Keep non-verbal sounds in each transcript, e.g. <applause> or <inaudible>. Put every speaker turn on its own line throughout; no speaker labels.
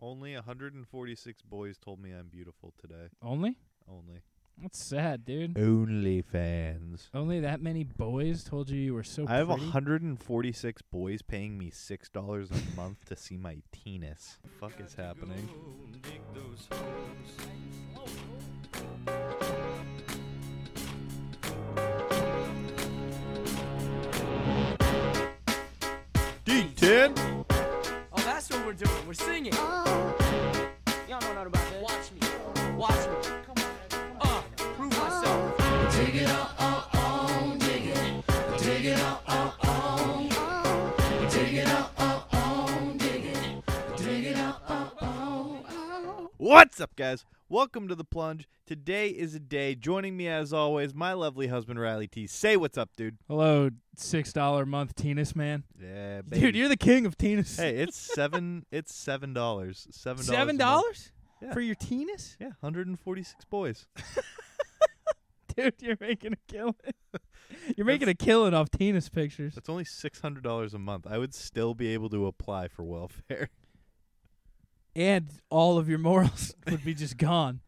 Only 146 boys told me I'm beautiful today.
Only?
Only.
That's sad, dude.
Only fans.
Only that many boys told you you were so
I have
Oh, pretty.
146 boys paying me six dollars a month to see my penis. Fuck is happening? D10.
Oh, that's what we're doing. We're singing. Oh. Y'all know nothing about that. Watch me. Watch me. Uh, prove myself.
What's up, guys? Welcome to the plunge. Today is a day. Joining me, as always, my lovely husband Riley T. Say what's up, dude.
Hello, six dollar a month Tennis man.
Yeah,
Dude, you're the king of Tennis.
hey, it's seven. It's seven dollars. Seven.
Seven dollars?
Yeah.
For your Tennis?
Yeah, 146 boys.
<laughs> Dude, you're making
<laughs>
a killing. You're making a killing off Tennis pictures.
That's only six hundred dollars a month. I would still be able to apply for welfare. <laughs>
And all of your morals <laughs> would be just gone.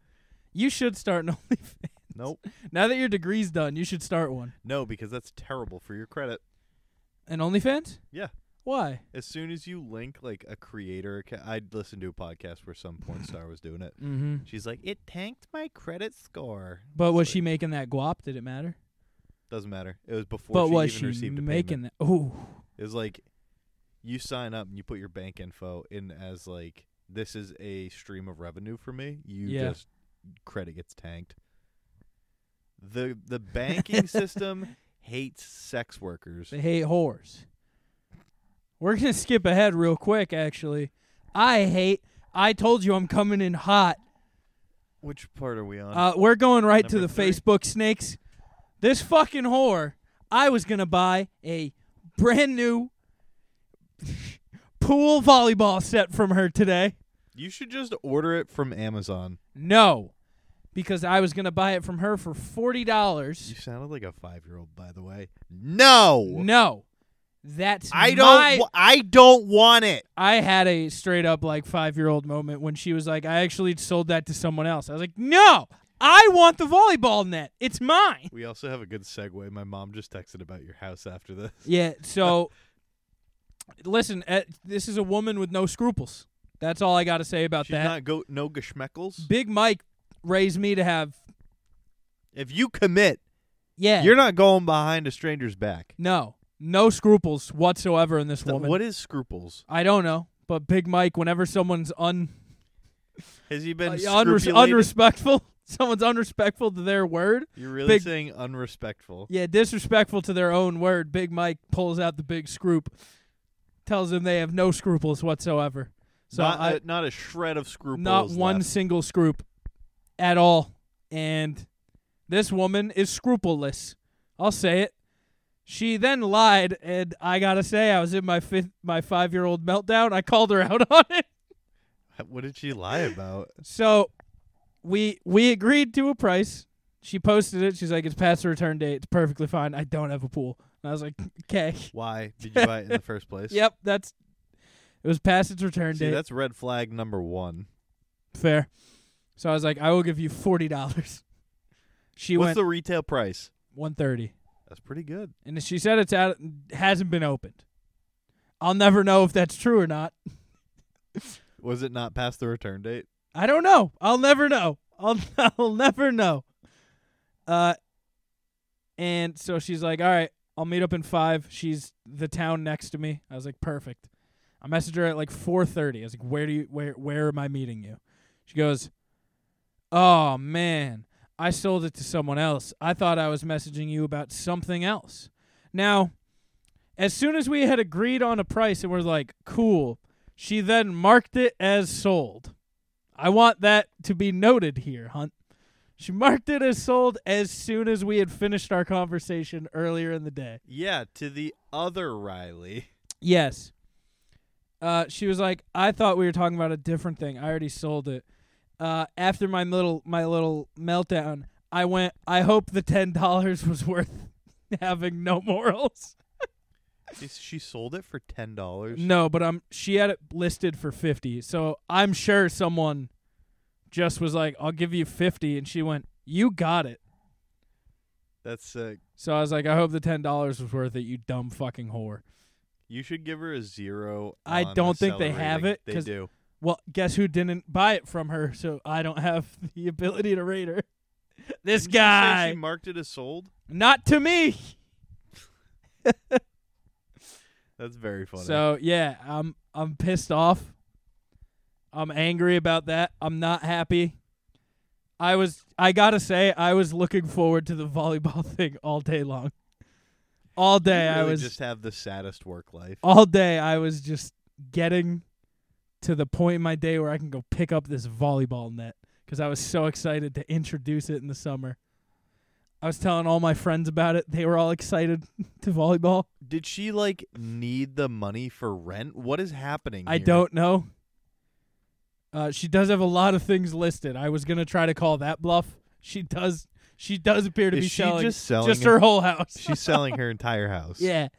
You should start an <laughs> OnlyFans.
Nope.
Now that your degree's done, you should start one.
No, because that's terrible for your credit.
An OnlyFans?
Yeah.
Why?
As soon as you link like a creator account, I'd listen to a podcast where some
<laughs>
porn star was doing it.
Mm-hmm.
She's like, "It tanked my credit score."
But
It's
was
like,
she making that guap? Did it matter?
Doesn't matter. It was before.
but
she
was
even
she
received a
making
payment.
that? Oh,
It was like, you sign up and you put your bank info in as like, "This is a stream of revenue for me." You
Yeah.
just credit gets tanked. The the
<laughs>
banking system hates sex workers.
they hate whores. We're gonna <laughs> skip ahead real quick. Actually, I hate. I told you I'm coming in hot.
Which part are we on?
Uh, we're going right to
Number
the
three.
Facebook snakes. This fucking whore. I was gonna buy a brand new <laughs> pool volleyball set from her today.
you should just order it from Amazon.
No, because I was gonna buy it from her for forty dollars.
You sounded like a five year old, by the way. No,
No, that's
I
my-
don't. wa- I don't want it.
I had a straight up like five year old moment when she was like, "I actually sold that to someone else." I was like, "No, I want the volleyball net. It's mine."
We also have a good segue. My mom just texted about your house after this.
Yeah. So, listen, uh, this is a woman with no scruples. That's all I got to say about
She's
that.
not go no geschmeckles.
Big Mike raised me to have.
If you commit,
Yeah.
you're not going behind a stranger's back.
no, no scruples whatsoever in this
Th-
woman.
what is scruples?
I don't know, but Big Mike, whenever someone's un
Has he
uh,
been
unres-
scrupulated?
unrespectful, <laughs> someone's unrespectful to their word.
You're really
big-
saying unrespectful.
Yeah, disrespectful to their own word. Big Mike pulls out the big scroop, tells them they have no scruples whatsoever. So
not,
I,
a, not a shred of scruples.
not
<laughs>
one
left.
single scroop at all. And this woman is scrupuleless. I'll say it. She then lied, and I gotta say, I was in my fifth, my five-year-old meltdown. I called her out <laughs> on it.
What did she
<laughs>
lie about?
So we we agreed to a price. She posted it. She's like, "It's past the return date. It's perfectly fine. I don't have a pool." And I was like, "Okay."
Why did you buy it in the first place?
Yep, that's it was past its return
See,
date.
that's red flag number one.
Fair. So I was like, I will give you forty dollars. She
What's
went
the retail price?
one thirty,
That's pretty good.
and she said it's out hasn't been opened. I'll never know if that's true or not.
Was it not past the return date?
I don't know. I'll never know. I'll <laughs> I'll never know. Uh, and so she's like, all right, I'll meet up in five. She's the town next to me. I was like, perfect. I messaged her at like four thirty. I was like, where do you where where am I meeting you? She goes, oh man, I sold it to someone else. I thought I was messaging you about something else. Now, as soon as we had agreed on a price and we're like, cool, she then marked it as sold. I want that to be noted here, Hunt. She marked it as sold as soon as we had finished our conversation earlier in the day.
Yeah, to the other Riley. <laughs>
Yes. Uh, she was like, I thought we were talking about a different thing. I already sold it. Uh, after my little my little meltdown, I <laughs> went. I hope the ten dollars was worth having no morals.
She, she sold it for ten dollars.
No, but um, she had it listed for fifty. So I'm sure someone just was like, "I'll give you 50 and she went, "You got it."
That's uh, sick.
So I was like, "I hope the ten dollars was worth it, you dumb fucking whore."
You should give her a zero.
I
on the
don't think they
seller
have
rating.
it,
They
'cause-
do.
Well, guess who didn't buy it from her? So I don't have <laughs> the ability to rate her. This
Didn't you say
guy,
she marked it as sold.
not to me.
That's very funny.
So yeah, I'm I'm pissed off. I'm angry about that. I'm not happy. I was I gotta say I was looking forward to the volleyball <laughs> thing all day long. All
You
day I
really
was
just have the saddest work life.
all day I was just getting to the point in my day where I can go pick up this volleyball net because I was so excited to introduce it in the summer. I was telling all my friends about it. They were all excited <laughs> to volleyball.
Did she like need the money for rent? What is happening?
I
here?
don't know. Uh, she does have a lot of things listed. I was gonna try to call that bluff. She does. She does appear to
Is
be
she
selling
just selling?
just
her-
her whole house.
<laughs> she's selling her entire house.
<laughs> yeah.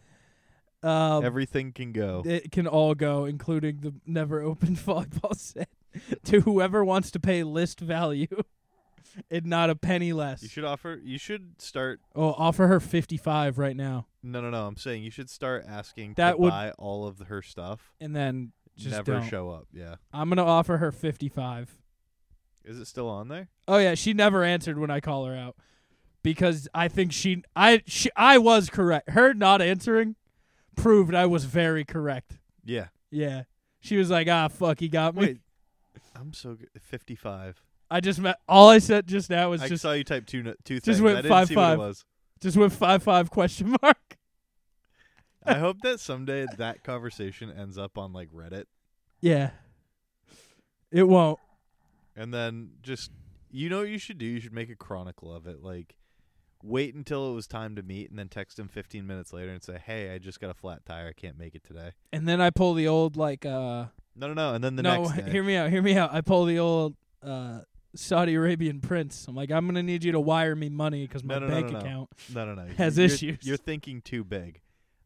Um,
Everything can go.
it can all go, including the never open <laughs> volleyball set, to whoever wants to pay list value, <laughs> and not a penny less.
You should offer. You should start.
oh, offer her fifty-five right now,
No, no, no. I'm saying you should start asking
That
to
would-
buy all of her stuff.
and then just
Never
don't.
show up. Yeah.
I'm gonna offer her fifty-five.
Is it still on there?
Oh yeah, she never answered when I call her out because I think she I she, I was correct. Her not answering proved I was very correct.
Yeah.
Yeah. She was like, "Ah, fuck, he got me."
Wait. I'm so good. 55.
I just met all I said just now was
I
just
saw you type two, n- two things.
went
I didn't
five,
see what
five.
it was.
just with five five question mark.
I hope that someday that conversation ends up on like Reddit,
Yeah. It won't.
and then just you know what you should do. You should make a chronicle of it. Like, wait until it was time to meet, and then text him 15 minutes later and say, "Hey, I just got a flat tire. I can't make it today."
And then I pull the old like uh
No, no, no. And then the
no, <laughs>
next day,
hear me out, hear me out. I pull the old uh Saudi Arabian prince. I'm like, "I'm going to need you to wire me money cuz my
No, no, no,
bank
no, no.
account <laughs>
No, no, no.
has
You're-
issues.
You're thinking too big.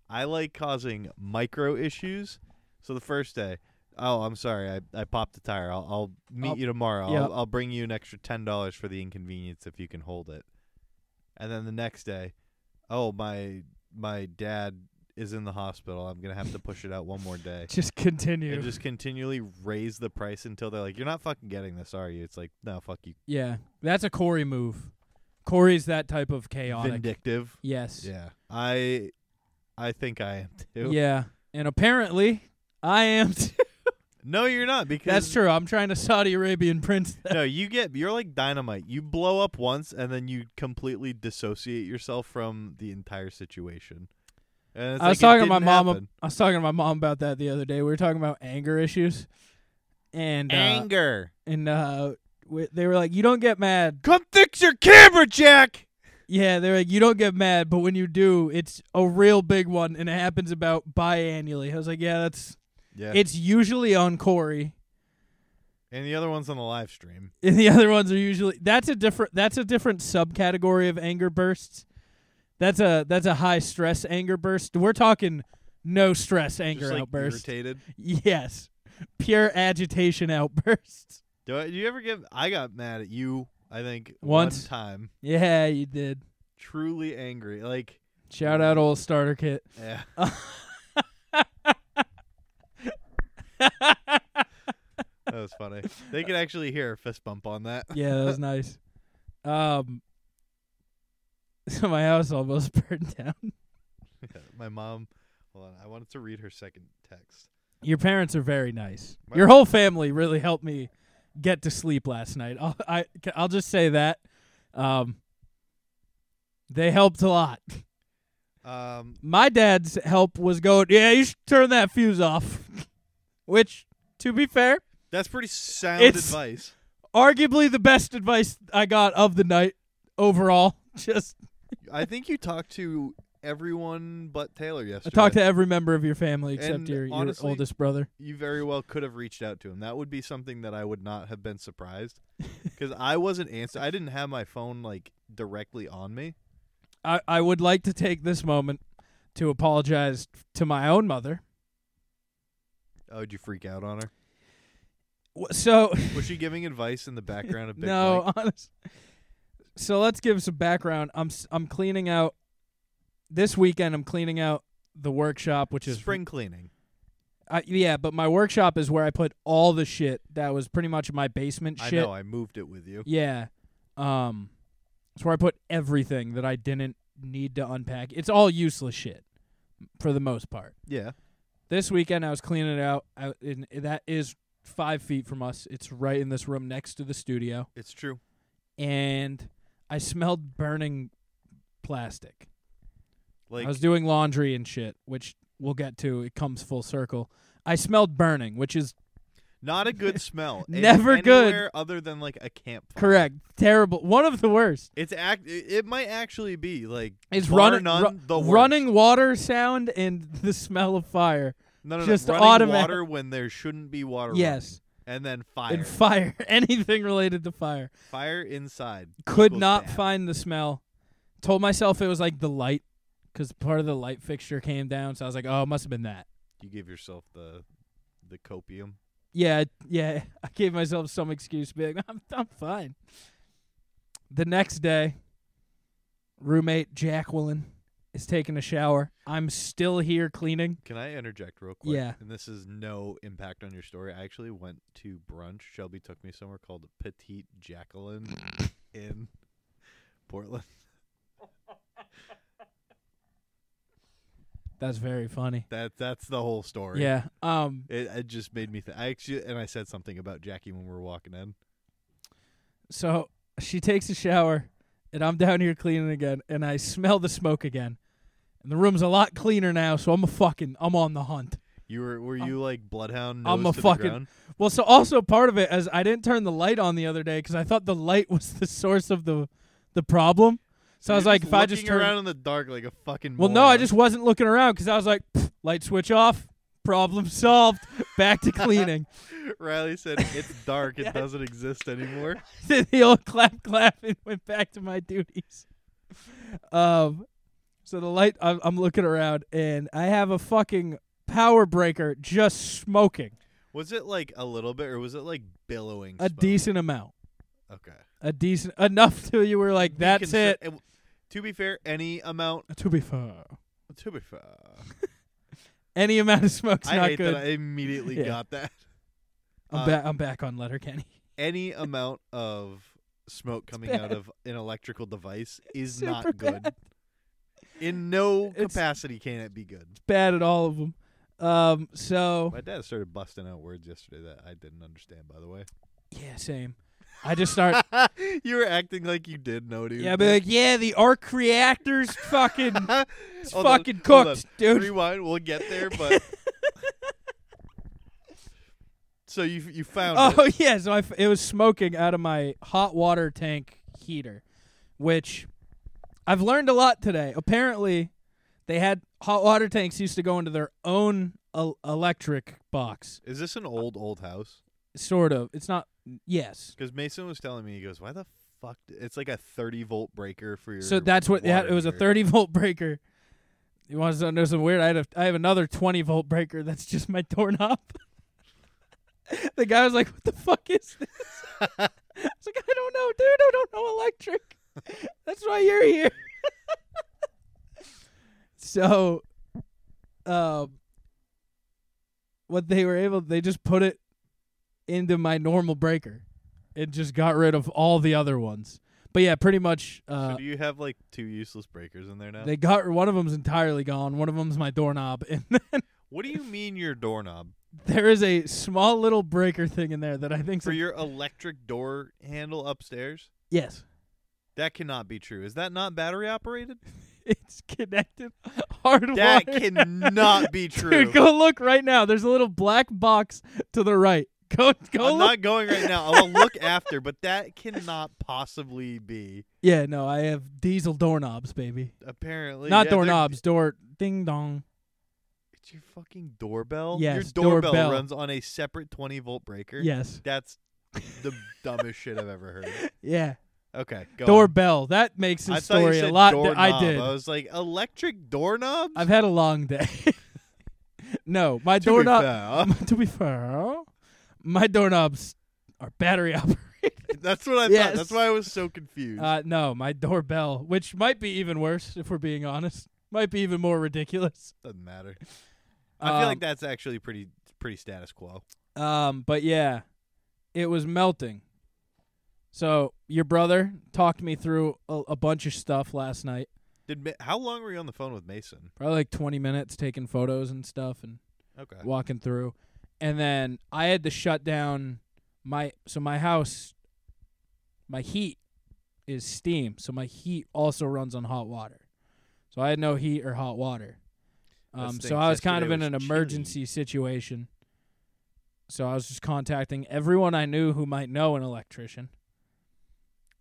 I like causing micro issues. So the first day, oh, I'm sorry, I, I popped a tire. I'll, I'll meet
I'll-
you tomorrow.
yeah.
I'll, I'll bring you an extra ten dollars for the inconvenience if you can hold it. And then the next day, oh my my dad is in the hospital. I'm gonna have to push it out one more
<laughs>
day.
just continue.
And just continually raise the price until they're like, "You're not fucking getting this, are you?" It's like, no, fuck you,
Yeah, that's a Corey move. Corey's that type of chaotic.
vindictive.
Yes.
Yeah, I, I think I am too.
Yeah. And apparently, I am. <laughs> Too.
No, you're not because
That's true. I'm trying to Saudi Arabian prince. That.
No, you get you're like dynamite. You blow up once and then you completely dissociate yourself from the entire situation. And it's
I
like,
was
it
talking to my
didn't
mom.
happen.
I was talking to my mom about that the other day. We were talking about anger issues, and uh,
Anger.
and uh, we, they were like, "You don't get mad."
Come fix your camera, Jack.
Yeah, they're like, "You don't get mad," but when you do, it's a real big one, and it happens about biannually. I was like, "Yeah, that's."
Yeah.
It's usually on Corey.
and the other one's on the live stream.
and the <laughs> other ones are usually that's a different that's a different subcategory of anger bursts. That's a that's a high stress anger burst. We're talking no stress anger
Just, like,
outburst.
Irritated.
<laughs> Yes. Pure agitation outbursts. <laughs>
Do, I, do you ever get? I got mad at you. I think
Once.
one time.
Yeah, you did.
Truly angry. Like
Shout out old starter kit.
yeah. <laughs> That was funny. they could actually hear a fist bump on that. <laughs>
yeah, that was nice. Um <laughs> so my house almost <laughs> burned down.
My mom. Hold on. I wanted to read her second text.
Your parents are very nice.
My-
Your whole family really helped me get to sleep last night. I'll, I ca- I'll just say that um, they helped a lot.
Um,
My dad's help was going. Yeah, you should turn that fuse off. <laughs> Which, to be fair,
That's pretty sound
It's-
advice.
arguably the best advice I got of the night overall. <laughs> Just
I think you talked to everyone but Taylor
I
yesterday.
talk to every member of your family
And
except your, your
honestly-
oldest brother.
you very well could have reached out to him. That would be something that I would not have been surprised because I wasn't answer. I didn't have my phone like directly on me.
I, I would like to take this moment to apologize to my own mother.
Oh, did you freak out on her?
W- So
Was she giving advice in the
<laughs>
background of Big
no,
Mike?
honest. So let's give some background. I'm s- I'm cleaning out this weekend. I'm cleaning out the workshop, which is
spring cleaning.
I, yeah, but my workshop is where I put all the shit that was pretty much my basement shit.
I know. I moved it with you.
Yeah. Um it's where I put everything that I didn't need to unpack. It's all useless shit for the most part.
Yeah.
This weekend I was cleaning it out. I, and that is 5 feet from us. It's right in this room next to the studio
It's true.
and I smelled burning plastic.
Like
I was doing laundry and shit, which we'll get to. It comes full circle. I smelled burning, which is
not a good smell. Any-
<laughs> Never good.
anywhere Other than like a campfire.
correct. Terrible. One of the worst.
It's act. It it might actually be like
It's
bar
running,
none,
ru-
the worst.
running water sound and <laughs> the smell of fire.
No, no, no.
just
running
automatic-
water when there shouldn't be water.
Yes,
running. and then fire.
and fire, <laughs> anything related to fire.
fire inside.
Could
equals
not
bad.
find the smell. Told myself it was like the light, because part of the light fixture came down. So I was like, oh, it must have been that.
You give yourself the the copium.
Yeah, yeah. <laughs> I gave myself some excuse, being <laughs> I'm, I'm fine. The next day, roommate Jacqueline is taking a shower. I'm still here cleaning.
Can I interject real quick?
Yeah.
And this is no impact on your story. I actually went to brunch. Shelby took me somewhere called Petite Jacqueline
<laughs>
in Portland.
That's very funny.
That that's the whole story.
Yeah. Um.
It, it just made me think. I actually and I said something about Jackie when we were walking in.
So she takes a shower, and I'm down here cleaning again, and I smell the smoke again. And the room's a lot cleaner now, so I'm a fucking I'm on the hunt.
You were were you like bloodhound? Nose
I'm a
to the
fucking-
ground?
Well, so also part of it is I didn't turn the light on the other day because I thought the light <laughs> was the source of the the problem. So I was
You're
like, if I just
looking
turn,
around in the dark like a fucking.
well, no, I
moron.
just wasn't looking around because I was like, "Pfft, light switch off, problem solved, back to cleaning.
<laughs>
<laughs>
Riley said it's dark. It doesn't exist anymore.
did the old clap clap and went back to my duties. Um, so the light, I'm, I'm looking around and I have a fucking power breaker just smoking
Was it like a little bit, or was it like billowing?
a
smoke?
decent amount,
Okay.
a decent enough <laughs> to you were like, that's
Deconstru-
it.
and- To be fair, any amount.
To be fair,
To be fair,
any amount of
<laughs>
smoke's
I
not
hate
good.
that I immediately
<laughs> Yeah.
got that.
I'm
uh,
back. I'm back on Letterkenny.
Any amount of smoke coming
bad.
out of an electrical
<laughs>
device is
Super
not good.
bad.
In no
It's-
capacity can it be good.
<laughs> Bad at all of them. Um, so
My dad started busting out words yesterday that I didn't understand. By the way,
yeah, same. I just
<laughs>
start
you were acting like you did know, dude.
Yeah, I'd be
<laughs>
like, yeah, the arc reactors fucking it's
Hold on,
fucking
hold on.
cooked, dude.
Rewind. We'll get there,
<laughs>
but so you you found it.
Oh <laughs> yeah, so I f- it was smoking out of my hot water tank heater, which I've learned a lot today. Apparently, they had hot water tanks used to go into their own el- electric box,
Is this an old old house?
sort of. It's not. Yes.
Because Mason was telling me he goes, "Why the fuck?" d- It's like a thirty volt breaker for your.
So that's what yeah,
water
it was a
heater."
30 <laughs> volt breaker. You want to know something weird? I had a, I have another 20 volt breaker that's just my doorknob. <laughs> the guy was like, "What the fuck is this?" <laughs> I was like, "I don't know, dude. I don't know electric. <laughs> That's why you're here." <laughs> so, um, what they were able, they just put it into my normal breaker, and just got rid of all the other ones. But yeah, pretty much. Uh,
So do you have like two useless breakers in there now?
they got one of them's entirely gone. One of them's my doorknob, <laughs> and then
what do you mean your doorknob
<laughs> there is a small little breaker thing in there that I think.
for your electric door handle upstairs?
yes, <laughs>
That cannot be true. Is that not battery operated?
it's connected hardwired.
That cannot
<laughs>
be true.
Dude, go look right now. There's a little black box to the right. <laughs> Go, go
I'm
look.
not going right now. I'll
<laughs>
look after, but that cannot possibly be.
yeah, no, I have diesel doorknobs, baby.
Apparently,
Not
yeah, they're-
doorknobs, door ding dong.
It's your fucking doorbell.
Yes,
your doorbell,
doorbell.
runs on a separate twenty volt breaker.
Yes,
that's the dumbest shit I've ever heard.
yeah.
Okay. <laughs> Go on.
Doorbell. That makes his
I thought you
story a
said
lot.
Doorknob.
I did.
I was like electric doorknobs.
I've had a long day. <laughs> no, my
To be
doorknob.
fair,
<laughs> to be fair, my doorknobs are
<laughs>
battery operated.
That's what I
Yes.
thought. That's why I was so confused.
Uh, no, my doorbell, which might be even worse if we're being honest, might be even more ridiculous.
Doesn't matter. I feel
Um,
like that's actually pretty pretty status quo.
Um, but yeah, it was melting. So your brother talked me through a, a bunch of stuff last night.
Did Ma- how long were you on the phone with Mason?
Probably like 20 minutes taking photos and stuff and
Okay.
walking through. And then I had to shut down my so my house my heat is steam, so my heat also runs on hot water. So I had no heat or hot water.
That
Um, so
stinks.
I was kind of in
Yesterday
an
was
emergency situation. So I was just contacting everyone I knew who might know an electrician.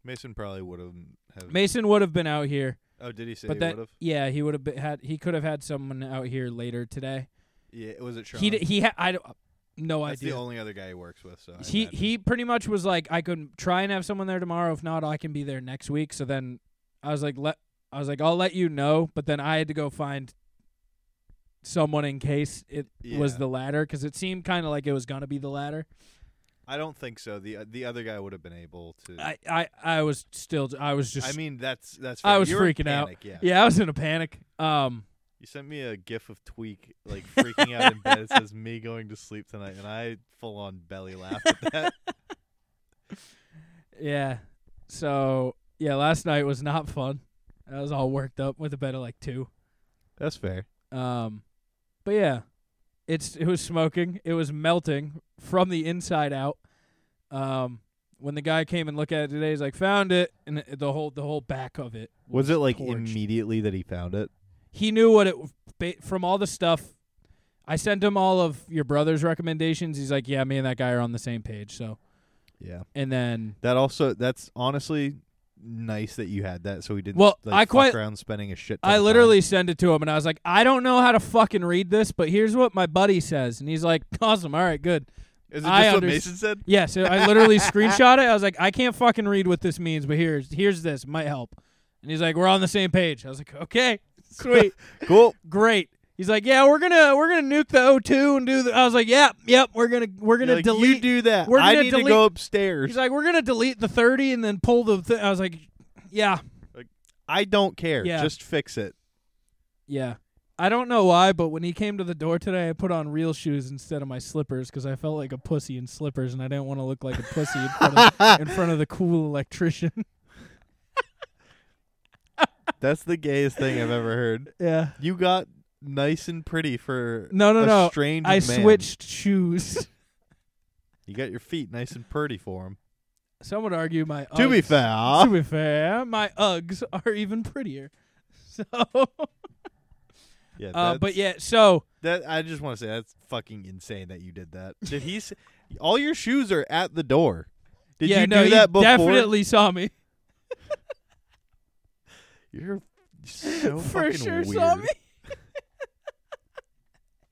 Mason probably would have have.
Mason would have been out here,
oh, did he say
but
he
that
would have?
yeah, he would have been, had he could have had someone out here later today.
Yeah, was it Sean?
He d- he ha- I don't, no
that's
idea.
the only other guy he works with. So I
he
imagine.
he pretty much was like, I could try and have someone there tomorrow. If not, I can be there next week. So then I was like, let I was like, I'll let you know. But then I had to go find someone in case it was
Yeah.
the latter because it seemed kind of like it was gonna be the latter.
I don't think so. the uh, The other guy would have been able to.
I I I was still I was just
I mean, that's that's.
I
fair.
was
You were in
freaking out.
panic, Yeah.
yeah I was in a panic. Um,
You sent me a gif of Tweak like freaking out in bed. It says me going to sleep tonight, and I full on belly laughed at
<laughs>
that.
yeah. So yeah, last night was not fun. I was all worked up. Went to bed at like two.
That's fair.
Um, but yeah, it's it was smoking. It was melting from the inside out. Um, when the guy came and looked at it today, he's like, "Found it," and it- the whole the whole back of it.
Was it like
torched.
immediately that he found it?
He knew what it ba- from all the stuff. I sent him all of your brother's recommendations. He's like, "Yeah, me and that guy are on the same page." So,
Yeah.
and then
That also that's honestly nice that you had that so we didn't
Well,
like,
I
fuck
quite-
around spending a shit ton
I
of time.
literally send it to him, and I was like, "I don't know how to fucking read this, but here's what my buddy says," and he's like, <laughs> "Awesome, all right, good."
Is it
I
just what
underst-
Mason
<laughs>
said?
Yeah, so I literally screenshot it. I was like, I can't fucking read what this means, but here's here's this. Might help. And he's like, We're on the same page. I was like,
<laughs>
Okay, sweet,
Cool.
great. He's like, Yeah, we're gonna we're gonna nuke the O2 and do the I was like, Yep, yep, we're gonna we're
You're
gonna
like,
delete
you do that.
we're
I
gonna
need to
delete-
go upstairs.
He's <laughs> like, We're gonna delete the thirty and then pull the th-. I was like, Yeah,
I don't care.
Yeah.
Just fix it.
yeah. I don't know why, but when he came to the door today, I put on real shoes instead of my slippers because I felt like a pussy in slippers, and I didn't want to look like a pussy in front
<laughs>
of in front of the cool electrician.
That's the gayest thing I've ever heard.
yeah.
You got nice and pretty for
No, no,
a
no.
strange
I
man.
switched shoes. <laughs>
You got your feet nice and pretty for him.
Some would argue my Uggs,
To be
to <laughs>
fair,
be fair, my Uggs are even prettier. <laughs> So,
yeah,
uh,
that's-
but yeah, so
that I just want to say that's fucking insane that you did that. Did he? s- all your shoes are at the door. Did
yeah,
you
no,
do
he
that before?
Definitely saw me
You're so
<laughs> for
fucking
sure.
weird.
Saw me. <laughs>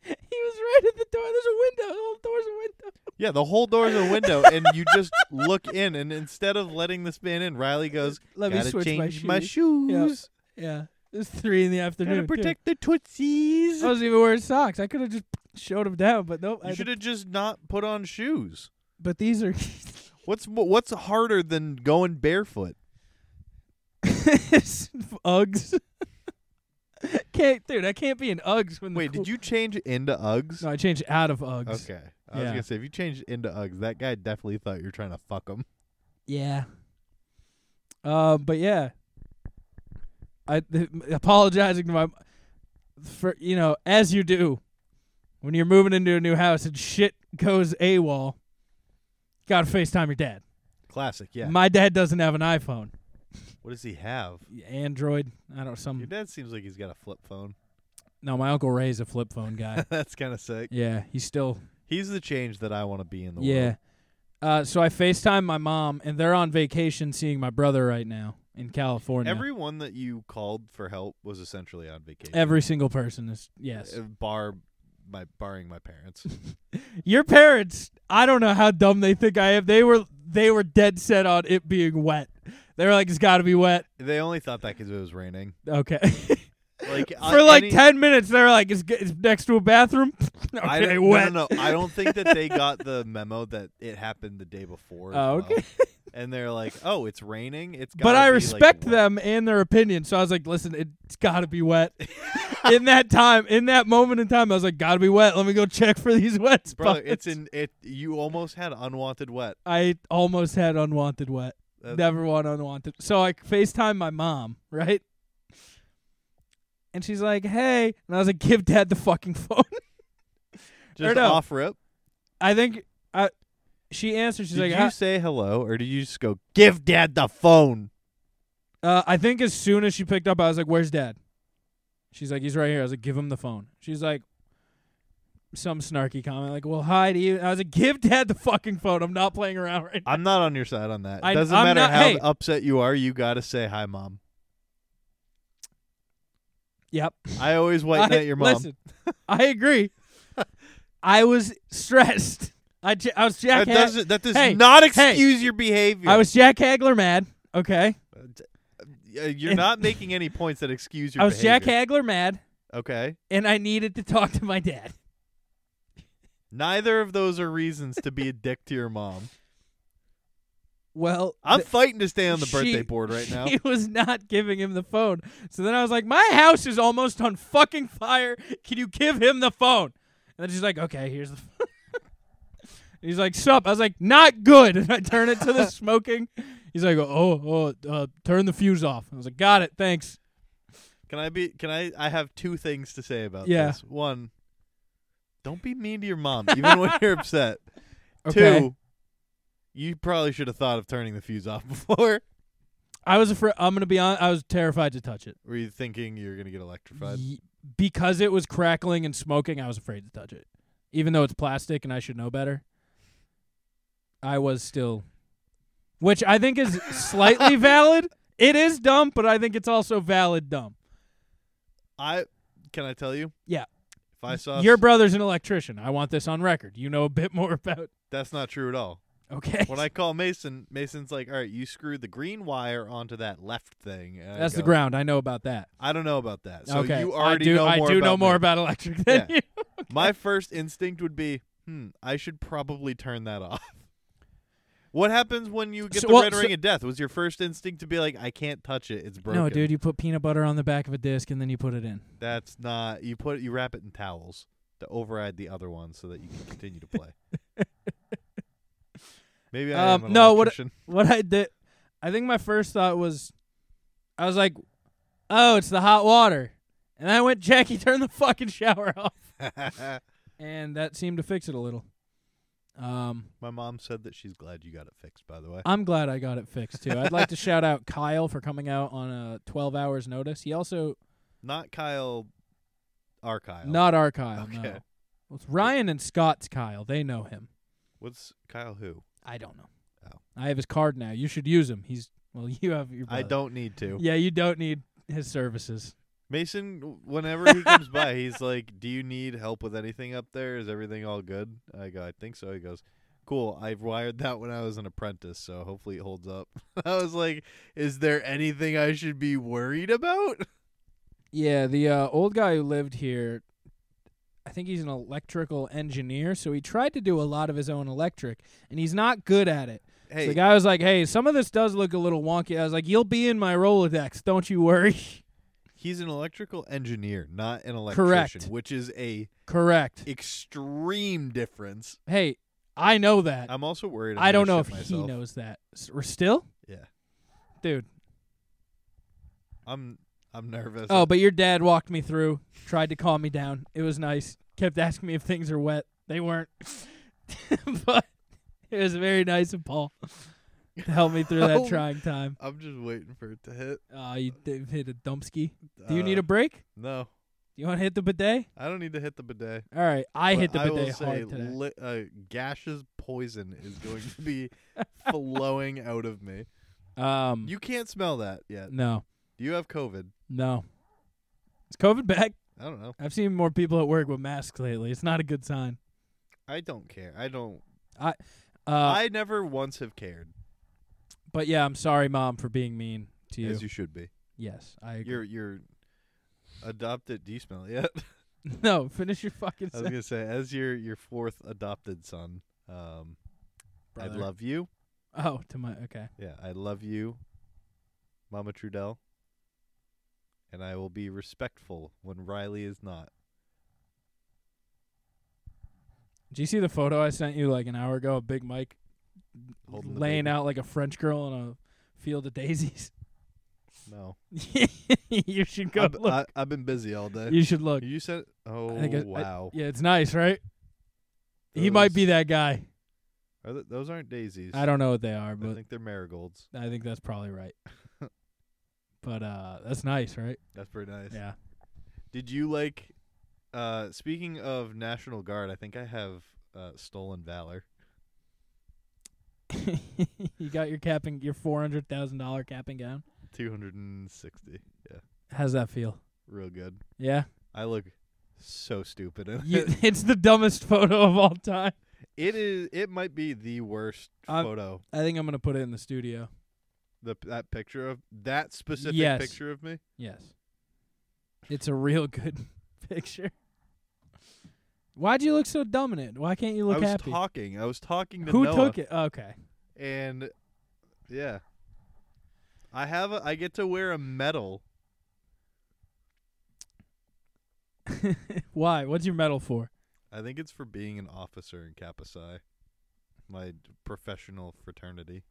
he was right at the door. There's a window. The whole door's a window.
Yeah, the whole door's a window, and you just look in, and instead of letting this man in, Riley goes,
Let me
"Gotta
switch my
change
shoes.
my shoes.
yeah, it was three in the afternoon.
Gotta
too.
protect the tootsies."
I was even wearing socks. I could have just showed him down, but nope. Oh, I
you
had to-
should have just not put on shoes.
but these are
What's mo- what's harder than going barefoot?
<laughs> Uggs. <laughs> can't, dude. I can't be in Uggs when. The
Wait, did you change into Uggs?
No, I changed out of Uggs.
Okay, I was
Yeah.
gonna say if you changed into Uggs, that guy definitely thought you were trying to fuck him.
Yeah. Um, but yeah, I th- apologizing to my for you know as you do when you're moving into a new house and shit goes AWOL. Got to FaceTime your dad.
Classic, yeah.
My dad doesn't have an iPhone,
what does he have?
Mm. Android. I don't know
Your
some.
dad seems like he's got a flip phone. <laughs>
No, my uncle Ray's a flip phone guy.
That's kind of sick.
yeah, he's still
He's the change that I want to be in the
yeah.
world.
Uh, so I FaceTime my mom, and they're on vacation seeing my brother right now in California.
Everyone that you called for help was essentially on vacation.
Every single person is yes.
Uh, bar my barring my parents.
Your parents, I don't know how dumb they think I am. They were they were dead set on it being wet. They were like, it's got to be wet.
They only thought that because it was raining.
Okay. <laughs>
Uh, Like
For like
ten.
10 minutes, they were like, it's, g- it's next to a bathroom. <laughs> okay,
I don't, no,
wet.
No, no, I don't think that they got the memo that it happened the day before. as
Oh,
well.
okay. <laughs>
And they're like, "Oh, it's raining. It's."
But
gotta
I
be, like,
respect
wet."
them and their opinion. So I was like, listen, it's got to be wet. <laughs> in that time, in that moment in time, I was like, got to be wet. Let me go check for these <laughs> wet spots.
brother. It's in it. You almost had unwanted wet.
I almost had unwanted wet.
Uh,
Never want unwanted. So I FaceTime my mom, right? And she's like, hey. And I was like, give dad the fucking <laughs> phone.
Just
no.
off rip.
I think I, she answered. She's
did
like,
you
"Hi."
say hello, or did you just go give dad the phone?
Uh, I think as soon as she picked up, I was like, "Where's Dad?" She's like, "He's right here." I was like, "Give him the phone." She's like, some snarky comment like, "Well, hi to you." I was like, "Give Dad the fucking phone. I'm not playing around right now."
I'm not on your side on that.
I-
Doesn't
I'm
matter
not-
how
hey.
upset you are. You gotta say hi, mom.
<laughs> Yep.
I always white
I-
knight your mom.
Listen,
<laughs>
I agree. I was stressed. I, j- I was Jack.
that
Hag-
doesn't. That does
Hey,
not
hey.
excuse your behavior.
I was Jack Hagler mad. Okay.
Uh, You're not making any points that excuse your.
<laughs> I was
behavior.
Jack Hagler mad,
Okay.
and I needed to talk to my dad.
Neither of those are reasons to be a dick to your
<laughs>
mom.
Well,
I'm
th-
fighting to stay on the
She-
birthday board right now.
<laughs> She was not giving him the phone. So then I was like, "My house is almost on fucking fire. Can you give him the phone?" And then she's like, "Okay, here's the." phone. <laughs> He's like, "Sup?" I was like, "Not good." <laughs> And I turn it
<laughs>
to the smoking. He's like, "Oh, oh, uh, turn the fuse off." I was like, "Got it, thanks."
Can I be? Can I? I have two things to say about
Yeah.
this. One, don't be mean to your mom, even
<laughs>
when you're upset.
Okay.
Two, you probably should have thought of turning the fuse off <laughs> before.
I was afraid. I'm gonna be on. I was terrified to touch it
Were you thinking you're gonna get electrified?
Ye- because it was crackling and smoking. I was afraid to touch it, even though it's plastic and I should know better. I was still, which I
<laughs>
think is slightly valid. It is dumb, but I think it's also valid dumb.
I can I tell you?
Yeah.
If I saw
Your brother's an electrician. I want this on record. You know a bit more about. <laughs>
that's not true at all.
Okay,
When I call Mason, Mason's like, "All right, you screwed the green wire onto that left thing." And I
that's the
go,
ground. I know about that.
I don't know about that. So
okay,
you already
I do.
know
I
more
do
about
know more
me.
about electric than
Yeah.
you.
My first instinct would be, hmm, I should probably turn that off. <laughs> What happens when you get
So-
the
well,
red
so-
ring of death? Was your first instinct to be like, I can't touch it, it's broken.
No, dude, you put peanut butter on the back of a disc and then you put it in.
That's not you put you wrap it in towels to override the other one so that you can continue to
<laughs>
play. Maybe I
Um,
am an
no, what-
electrician.
what I did, I think my first thought was, I was like, "Oh, it's the hot water," and I went, "Jackie, turn the fucking shower off," and that seemed to fix it a little. Um,
<laughs> My mom said that she's glad you got it fixed, by the way.
I'm glad I got it fixed too. I'd like to
<laughs>
shout out Kyle for coming out on a 12 hours notice. He also
Not Kyle our Kyle.
not our Kyle. No,
Okay.
it's Ryan and Scott's Kyle. They know him.
What's Kyle who?
I don't know.
Oh.
I have his card now. You should use him. He's well. <laughs> You have your.
I
brother.
don't need to.
Yeah, you don't need his services.
Mason, w- whenever
<laughs>
he comes by, he's like, "Do you need help with anything up there? Is everything all good?" I go, "I think so." He goes, "Cool. I've wired that when I was an apprentice, so hopefully it holds up." <laughs> I was like, "Is there anything I should be worried about?" <laughs>
Yeah, the uh, old guy who lived here, I think he's an electrical engineer, so he tried to do a lot of his own electric, and he's not good at it. So
Hey,
the guy was like, "Hey, some of this does look a little wonky." I was like, "You'll be in my Rolodex, don't you worry." <laughs>
he's an electrical engineer, not an electrician,
Correct.
which is a
Correct.
extreme difference.
Hey, I know that.
I'm also worried. I'm
I don't
gonna
know if
shit
he
myself.
knows that. S- We're still,
Yeah,
dude.
I'm. I'm nervous.
Oh, but your dad walked me through, tried to calm me down. It was nice. Kept asking me if things are wet. They weren't. <laughs> but it was very nice of Paul to help me through
<laughs>
that
Oh.
trying time.
I'm just waiting for it to hit.
Oh, you d- hit a dumpski. Do you
Uh,
need a break?
No,
Do you want to hit the bidet?
I don't need to hit the bidet.
All right, I
But
hit the
I will
bidet
say
hard today.
Li- uh, gaseous poison is going to
<laughs>
be flowing out of me.
um,
You can't smell that yet.
no,
Do you have COVID?
no. It's COVID back.
I don't know.
I've seen more people at work with masks lately. It's not a good sign.
I don't care. I don't.
Uh,
I never once have cared.
But yeah, I'm sorry, mom, for being mean to you.
as you should be.
yes, I agree.
You're you're adopted. Do you smell it yet?
<laughs>
<laughs>
no, finish your fucking
I was gonna say, as your your fourth adopted son, um, I
Brother.
love you.
Oh, to my okay.
Yeah, I love you, Mama Trudell. And I will be respectful when Riley is not.
Do you see the photo I sent you like an hour ago? of Big Mike
Holding the
laying
baby.
out like a French girl in a field of daisies. <laughs>
No,
you should go
I've,
look.
I, have been busy all day.
you should look.
You said, "Oh
think I- I-
wow,
Yeah, it's nice, right? He might be
Those-
that guy.
are th- those aren't daisies.
I don't know what they are, but
I think they're marigolds.
I think that's
<laughs>
probably right. but uh that's nice, right?
That's pretty nice.
Yeah.
Did you like? Uh, speaking of National Guard, I think I have uh, stolen valor.
<laughs> you got your cap and your four hundred thousand dollar cap and gown.
Two hundred and sixty. Yeah,
How's that feel?
real good. <laughs>
Yeah,
I look so stupid. In
you, <laughs>
it. <laughs>
it's the dumbest photo of all time.
it is. It might be the worst
I'm-
photo.
I think I'm gonna put it in the studio.
The that picture of that specific
Yes.
picture of me.
Yes, it's a real <laughs> good picture. Why'd you look so dumb in it? Why can't you look
I was
happy?
talking. I was talking to
Who
Noah,
took it? Okay,
and yeah, I have. A, I get to wear a medal.
why? What's your medal for?
I think it's for being an officer in Kappa Psi, my d- professional fraternity.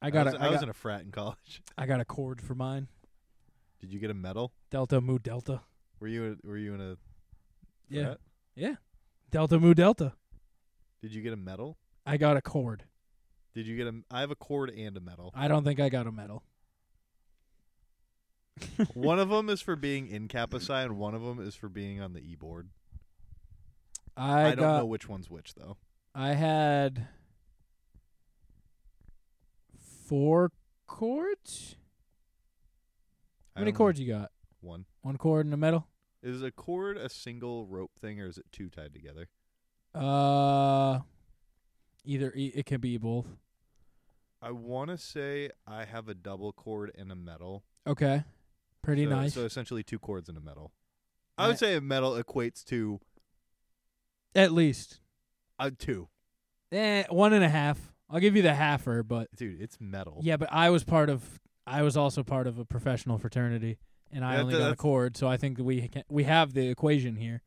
I got
was,
a I
I was
got,
in a frat in college. <laughs>
I got a cord for mine.
Did you get a medal?
Delta mu delta.
Were you a, were you in a
Yeah,
frat?
delta mu delta.
Did you get a medal?
I got a cord.
Did you get a? I have a cord and a
<laughs>
medal.
I don't think I got
<laughs>
a medal.
one of them is for being in Kappa Psi, and one of them is for being on the e board. I,
I, got.
don't know which one's which though.
I had four cords.
I
How many
don't know.
cords you got?
One
One cord and a medal.
is a cord a single rope thing, or is it two tied together?
Uh, either e- it can be both.
I want to say I have a double cord and a medal.
Okay, pretty
so,
nice.
So essentially, two cords and a medal.
I-
I would say a medal equates to
At least,
uh, two.
eh, one and a half. I'll give you the halfer, but
Dude, it's metal.
yeah, but I was part of. I was also part of a professional fraternity, and I
That-
only got a
that's-
cord, so I think that we can, we have the equation here.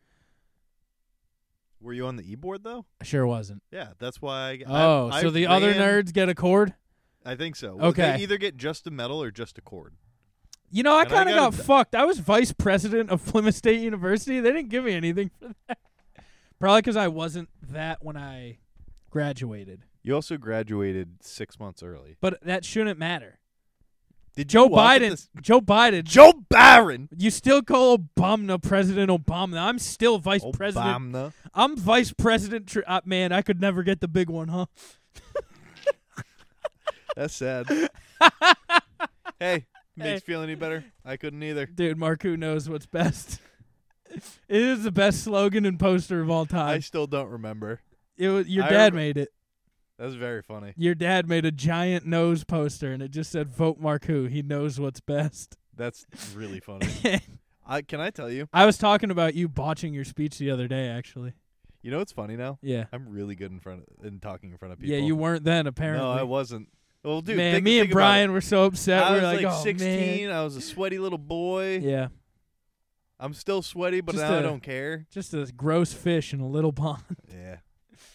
Were you on the e board though?
I sure wasn't.
Yeah, that's why. I, I-
Oh,
I
so the other
ran-
nerds get a cord.
I think so.
Okay.
They either get just a medal or just a cord.
You know, I
And I
kind of
got
got
a d-
fucked. I was vice president of Plymouth State University. They didn't give me anything for that. <laughs> Probably because I wasn't that when I graduated.
You also graduated six months early.
But that shouldn't matter.
Did
Joe
you walk at
Biden.
this-
Joe Biden.
Joe Barron.
you still call Obama President Obama. I'm still vice president.
Obama.
I'm vice president. Tr- uh, man, I could never get the big one, huh?
That's
<laughs>
sad. hey,
Hey.
makes you feel any better? I couldn't either.
Dude, Marku knows what's best. <laughs> it is the best slogan and poster of all
I
time.
still don't remember.
it was, your
I
dad
rem-
made it.
That's very funny.
Your dad made a giant nose poster and it just said vote Marku. He knows what's best.
That's really
<laughs>
funny. I can I tell you?
I was talking about you botching your speech the other day actually.
You know what's funny now?
Yeah.
I'm really good in front of, in talking in front of people.
Yeah, you weren't then apparently.
No, I wasn't. Well, dude,
man,
think-
me
think
and
about it.
Brian were so upset.
I
we
was
were like, oh,
16.
Man.
I was a sweaty little boy.
Yeah.
I'm still sweaty, but
Just
now I I
a-
don't care.
Just a gross fish in a little pond. <laughs>
Yeah.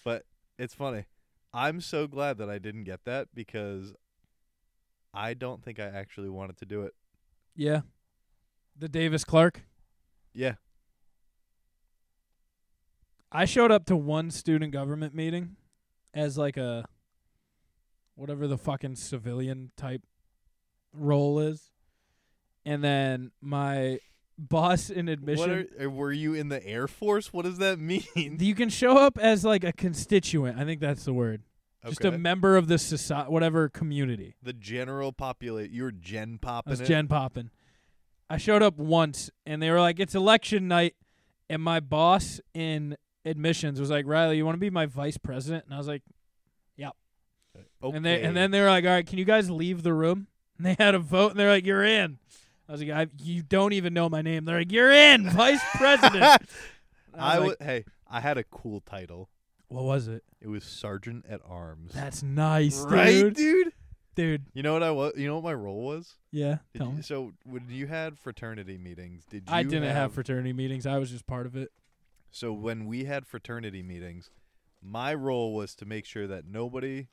But it's funny. I'm so glad that I didn't get that because I don't think I actually wanted to do it.
yeah. The Davis Clark.
Yeah.
I showed up to one student government meeting as like a whatever the fucking civilian type role is. And then my boss in
What
admission
are, uh, were you in the Air Force? What does that <laughs> mean?
you can show up as like a constituent. I think that's the word. Just a
Okay.
member of the society, whatever community.
the general populate. You were gen
I
popping
was
it.
gen popping. I showed up once and they were like, it's election night. And my boss in admissions was like, Riley, you want to be my vice president? And I was like, yep.
Uh, Okay.
And they and then they were like, "All right, can you guys leave the room?" <laughs> And they had a vote, and they're like, "You're in." I was like, I, "You don't even know my name." They're like, "You're in,
<laughs>
vice president." I was
I
like,
would. Hey, I had a cool title.
What was it?
It was sergeant at arms.
That's nice,
right,
dude.
dude.
Dude,
You know what I was? You know what my role was?
yeah.
Did
tell
you,
me.
so when you had fraternity meetings, did you
I didn't have,
have
fraternity meetings. I was just part of it.
So when we had fraternity meetings, my role was to make sure that nobody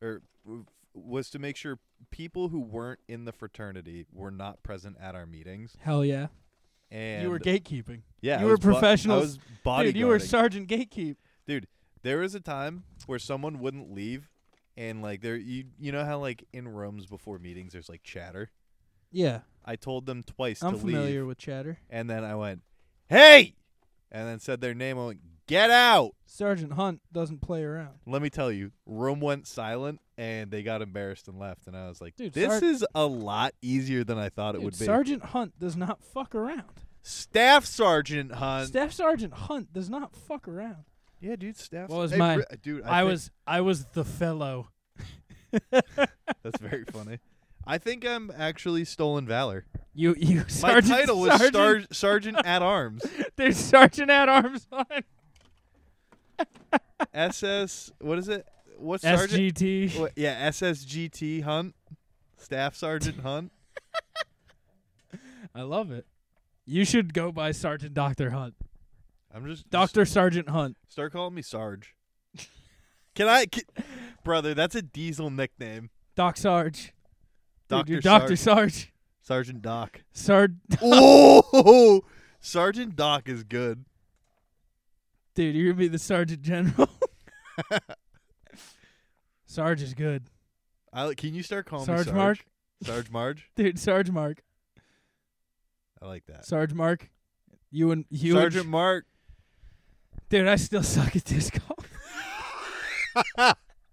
or w- was to make sure people who weren't in the fraternity were not present at our meetings.
Hell yeah.
And
you were gatekeeping.
yeah, I
you were
was bu-
professionals.
I was bodyguarding.
Dude, you were sergeant gatekeep.
there was a time where someone wouldn't leave and like there you you know how like in rooms before meetings there's like chatter.
Yeah.
I told them twice
I'm
to
familiar
leave
with chatter.
and then I went, "Hey!" and then said their name and went, "Get out."
Sergeant Hunt doesn't play around.
let me tell you, room went silent and they got embarrassed and left. And I was like,
Dude,
this
Sarge-
is a lot easier than I thought it
Dude,
would be.
Sergeant Hunt does not fuck around.
Staff Sergeant Hunt.
Staff Sergeant Hunt does not fuck around.
yeah, dude, Staff
What was
Hey,
mine?
Bri- dude,
I,
I, think-
was I was the fellow.
<laughs> That's very funny. I think I'm actually Stolen Valor.
You you
My
sergeant,
title was
sergeant,
Star- Sergeant at
<laughs>
Arms.
There's sergeant at arms on
SS, what is it? What's Sergeant?
SGT.
What, yeah, SSGT Hunt. Staff Sergeant Hunt.
I love it. You should go by Sergeant Doctor Hunt.
I'm just.
Doctor Sergeant Hunt.
Start calling me Sarge. Can I. Can, brother, that's a diesel nickname.
Doc Sarge. Dude,
Doctor
you're Doctor
Sarge-
Sarge.
Sergeant Doc.
<laughs> Sarge.
oh, Sergeant Doc is good.
Dude, you're gonna be the Sergeant General. <laughs> Sarge is good,
I like- can you start calling
Sarge
me Sarge?
Mark?
Sarge Marge.
dude. Sarge Mark.
I like that.
Sarge Mark. You and you. and-
Sergeant Mark. <laughs>
dude, I still suck at disc golf.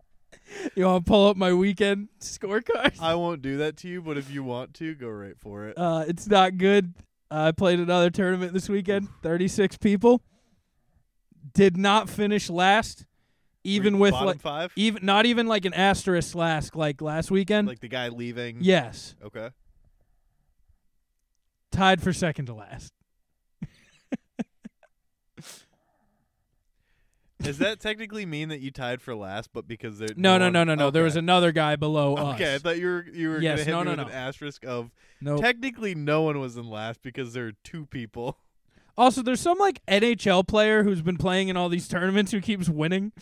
<laughs> you want to pull up my weekend scorecard?
I won't do that to you, but if you want to, go right for it.
Uh, it's not good. I played another tournament this weekend. Thirty-six people. Did not finish last, even
Three-
with
bottom
like
five,
even not even like an asterisk last like last <laughs> weekend.
like mm. the guy leaving.
yes,
Okay.
tied for second to last.
Does that technically mean that you tied for last, but because there?
No, no, no, no, no. There was
okay.
another guy below
<laughs> Okay, I
us.
thought you were you were
Yes,
gonna hit
no,
me
no,
with
no.
an asterisk of
No.
technically no one was in last because there are two people. <laughs>
also, there's some like NHL player who's been playing in all these tournaments who keeps winning.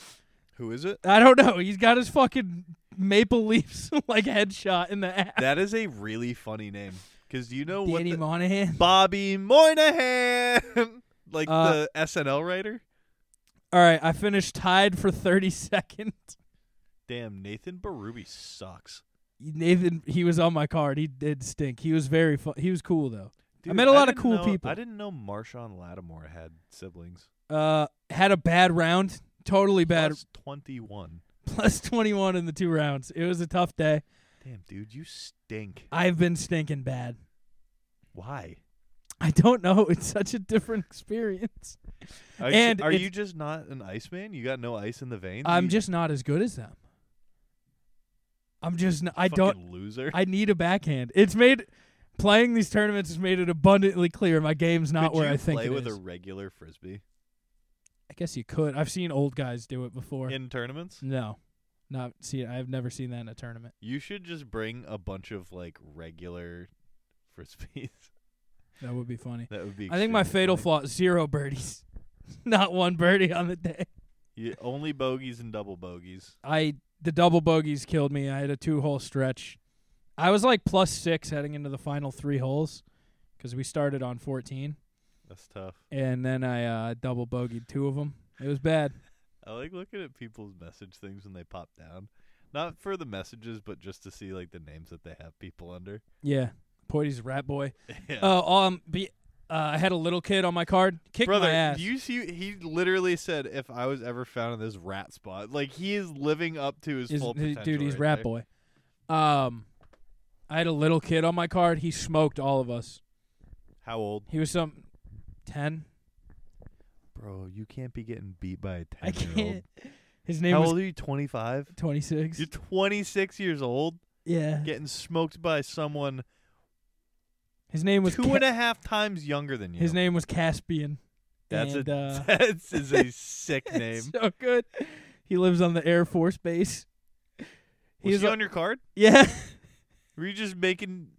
Who is it?
I don't know. He's got his fucking Maple Leafs <laughs> like headshot in the ass.
That is a really funny name. Because do you know what
Danny
the-
Monahan.
Bobby Moynihan, <laughs> like
Uh,
the SNL writer.
All right, I finished tied for 32nd.
Damn, Nathan Baruby sucks.
<laughs> Nathan, he was on my card. He did stink. He was very fun. He was cool though. met a lot of
didn't
cool
know-
people.
I didn't know Marshawn Lattimore had siblings.
Uh, had a bad round. Totally bad.
Plus twenty-one.
<laughs> Plus 21 in the two rounds. It was a tough day.
Damn, dude, you stink.
I've been stinking bad.
Why?
I don't know. <laughs> It's such a different experience.
Are,
And
you, are
it's-
you just not an ice man? You got no ice in the veins.
I'm
You
just not as good as them. I'm just. N- I
fucking <laughs>
don't.
loser.
I need a backhand. It's made playing these tournaments has made it abundantly clear my game's not
Could
where
you
I think
play
it
with
is.
a regular frisbee
I guess you could. I've seen old guys do it before.
in tournaments.
no, not see. I've never seen that in a tournament.
You should just bring a bunch of like regular frisbees. <laughs>
That would be funny.
that would be.
I think my
extremely
fatal
funny.
flaw: zero birdies, <laughs> not one birdie on the day.
You, only bogeys and double bogeys.
I the double bogeys killed me. I had a two hole stretch. I was like plus six heading into the final three holes because we started on fourteen,
That's tough.
and then I uh, double bogeyed two of them. It was bad.
I like looking at people's message things when they pop down. Not for the messages, but just to see like the names that they have people under.
Yeah, Poitie's a rat boy.
<laughs> Yeah.
Oh, um, be, uh, I had a little kid on my card. Kicked
Brother,
my ass.
do you see? He literally said, "If I was ever found in this rat spot, like he is living up to his
Is-
full
dude,
potential."
he's
right
rat
there.
boy. Um, I had a little kid on my card. He smoked all of us.
How old,
He was some ten. <laughs>
bro? You can't be getting beat by a ten.
I can't. His name
How
was
old are you? Twenty five.
26.
You're twenty six years old,
yeah.
getting smoked by someone
His name was
two
Ca-
and a half times younger than you.
His name was Caspian.
That's
and,
a <laughs>
uh,
that is a
<laughs>
sick name.
it's so good. He lives on the Air Force Base.
Was
He's
he
a-
on your card?
<laughs> Yeah.
Were you just making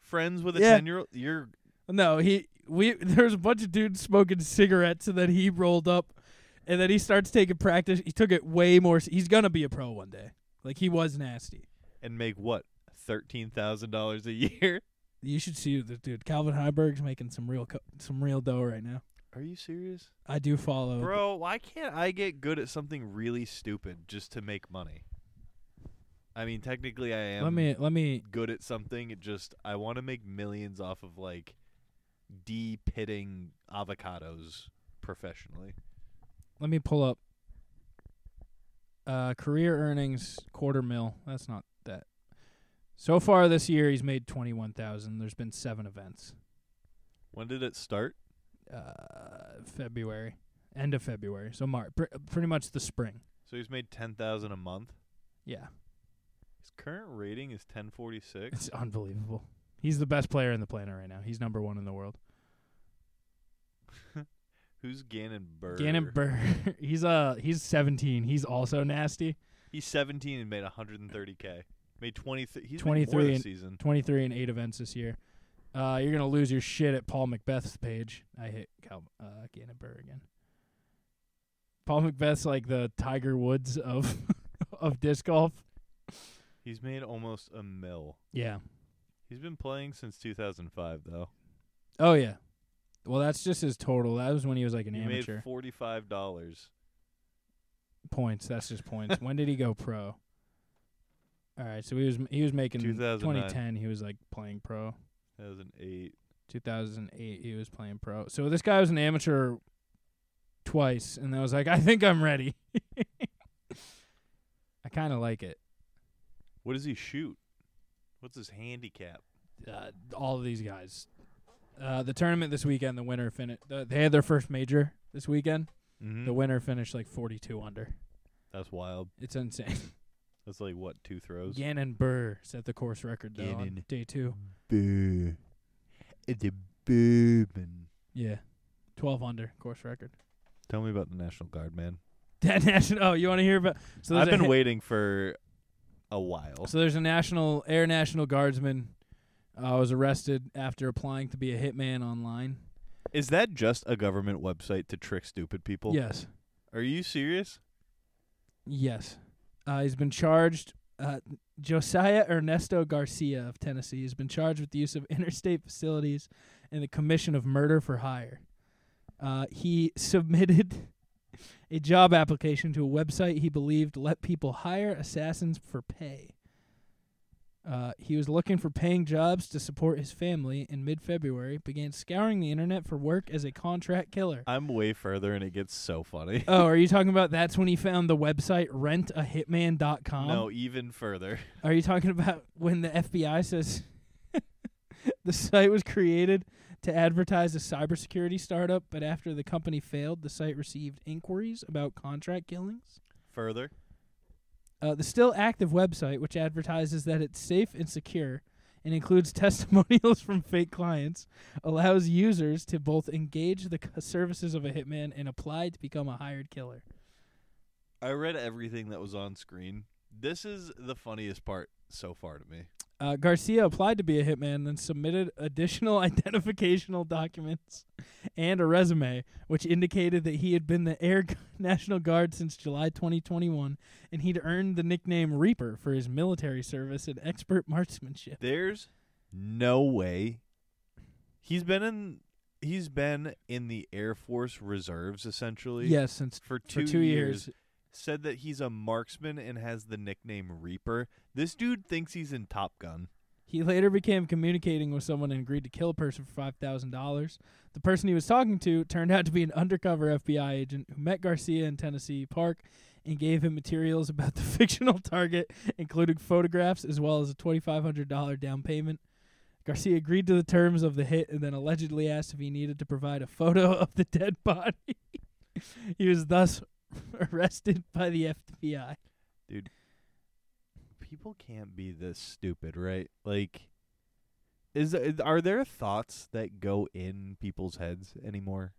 friends with a
Yeah.
ten year old? You're
No, he we <laughs> there's a bunch of dudes smoking cigarettes and then he rolled up and then he starts taking practice. He took it way more s- he's gonna be a pro one day. Like he was nasty.
and make what thirteen thousand dollars a year?
You should see this dude. Calvin Heiberg's making some real co- some real dough right now.
Are you serious,
I do follow.
bro? Why can't I get good at something really stupid just to make money? I mean, technically, I am
let me let me
good at something. It just I want to make millions off of like de pitting avocados professionally.
let me pull up uh career earnings quarter mil. That's not that. So far this year he's made 21,000. There's been 7 events.
When did it start?
uh, February, end of February. So March, pr- pretty much the spring.
So he's made ten thousand a month.
Yeah,
His current rating is ten forty six.
<laughs> it's unbelievable. He's the best player in the planet right now. He's number one in the world.
<laughs> Who's Gannon Burr?
Gannon Burr. <laughs> he's uh he's 17. He's also nasty.
He's 17 and made 130k. Made 23. He's 23 made
23
more this
and-
season.
23 and eight events this year. Uh, you're gonna lose your shit at Paul Macbeth's page. I hit Cal uh, Gannon Burr again. Paul Macbeth's like the Tiger Woods of <laughs> of disc golf.
He's made almost a mil.
Yeah.
He's been playing since 2005 though.
Oh yeah. Well, that's just his total. That was when he was like an
he
amateur.
made 45 dollars.
points. That's just points. when did he go pro? All right, so he was he was making
2009.
2010. He was like playing pro.
2008.
2008 he was playing pro. So this guy was an amateur twice, and I was like, I think I'm ready. <laughs> I kind of like it.
What does he shoot? What's his handicap?
Uh, all of these guys. Uh, the tournament this weekend, the winner finished. they had their first major this weekend.
Mm-hmm.
The winner finished like 42 under.
That's wild.
It's insane.
That's like what two throws?
Gannon Burr set the course record though on
Gannon.
day two.
Boo. It's a boobin.
Yeah. 12 under course record. <laughs>
Tell me about the National Guard, man.
That national Oh, you want to hear about So there's
I've been
a,
waiting for a while.
So there's a national Air National Guardsman uh, was arrested after applying to be a hitman online.
Is that just a government website to trick stupid people?
Yes.
Are you serious?
Yes. Uh, he's been charged uh, Josiah Ernesto Garcia of Tennessee has been charged with the use of <laughs> interstate facilities and the commission of murder for hire. Uh, he <laughs> submitted a job application to a website he believed let people hire assassins for pay. Uh, he was looking for paying jobs to support his family and mid February began scouring the internet for work as a contract killer.
I'm way further and it gets so
<laughs>
funny.
Oh, are you talking about that's when he found the website rentahitman.com?
no, even further.
Are you talking about when the FBI says <laughs> the site was created to advertise a cybersecurity startup, but after the company failed, the site received inquiries about contract killings?
Further.
Uh, the still active website, which advertises that it's safe and secure and includes <laughs> testimonials from fake clients, allows users to both engage the c- services of a hitman and apply to become a hired killer.
I read everything that was on screen. This is the funniest part so far to me.
Uh, Garcia applied to be a hitman, then submitted additional <laughs> identificational documents and a resume, which indicated that he had been the Air Gu- <laughs> National Guard since July 2021, and he'd earned the nickname Reaper for his military service and expert marksmanship.
There's no way he's been in he's been in the Air Force Reserves essentially
Yes, since
for
for
two,
two years.
Said that he's a marksman and has the nickname Reaper. This dude thinks he's in Top Gun.
He later became communicating with someone and agreed to kill a person for five thousand dollars. The person he was talking to turned out to be an undercover FBI agent who met Garcia in Tennessee Park and gave him materials about the <laughs> fictional target, including photographs as well as a twenty five hundred dollar down payment. Garcia agreed to the terms of the hit and then <laughs> allegedly asked if <laughs> he needed to provide a photo of the dead body. he was thus <laughs> arrested by the FBI.
People can't be this stupid, right? Like, is is- are there thoughts that go in people's heads
<laughs>
anymore?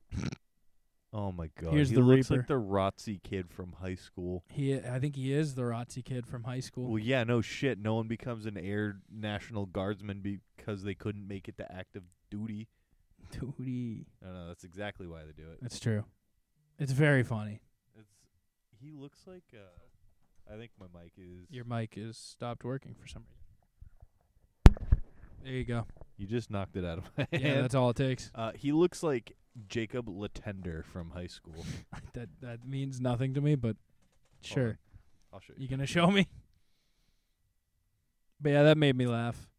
oh my god,
Here's
he
the
looks
Reaper.
like the Rotsy kid from high school.
He, I think he is the Rotzi kid from high school.
Well, yeah, no shit. No one becomes an air national guardsman because they couldn't make it to active duty.
Duty.
No, no, that's exactly why they do it.
That's true. It's very funny.
It's he looks like. Uh, I think my mic is.
Your mic is stopped working for some reason. There you <laughs> go.
you just knocked it out of my <laughs> hand.
Yeah, that's all it takes.
Uh, he looks like Jacob Latender from high school.
<laughs> that that means nothing to me, but sure. <laughs>
on. I'll show you.
You gonna show me? But yeah, that made me laugh.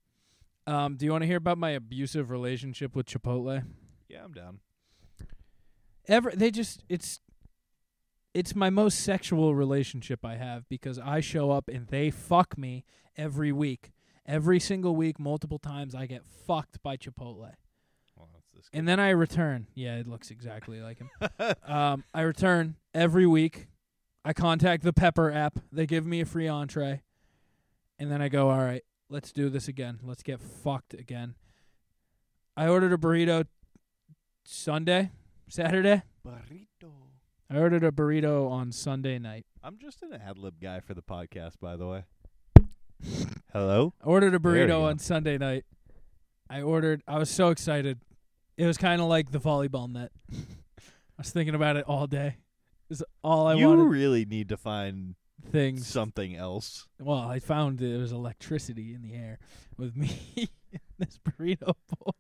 Um, do you want to hear about my abusive relationship with Chipotle?
Yeah, I'm down.
Ever they just it's it's my most sexual relationship I have because I show up and they fuck me every week. Every single week, multiple times I get fucked by Chipotle.
Well, that's this
And then I return. Yeah, it looks exactly like him.
<laughs>
um, I return every week. I contact the Pepper app. They give me a free entree. And then I go, all right, let's do this again. Let's get fucked again. I ordered a burrito Sunday, Saturday.
burrito.
I ordered a burrito on Sunday night.
I'm just an ad lib guy for the podcast, by the
<laughs>
way. Hello.
I ordered a
There you
burrito
go.
on Sunday night. I ordered, I was so excited. It was kind of like the volleyball net. I was thinking about it all day. Is all I
you
wanted.
really need to find
things.
something else.
Well, I found there was electricity in the air with me <laughs> in this burrito bowl.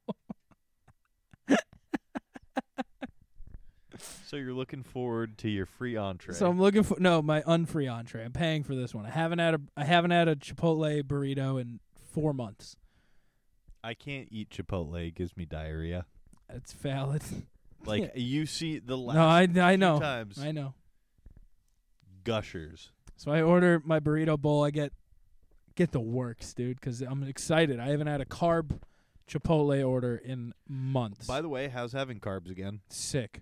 So you're looking forward to your free entree.
So I'm looking for no my unfree entree. I'm paying for this one. I haven't had a I haven't had a Chipotle burrito in four months.
I can't eat Chipotle. It gives me diarrhea.
That's valid.
Like
Yeah.
you see the last
no, I I
few
know
times
I know.
gushers.
So I order my burrito bowl. I get get the works, dude, because I'm excited. I haven't had a carb Chipotle order in months.
By the way, how's having carbs again? <laughs>
sick.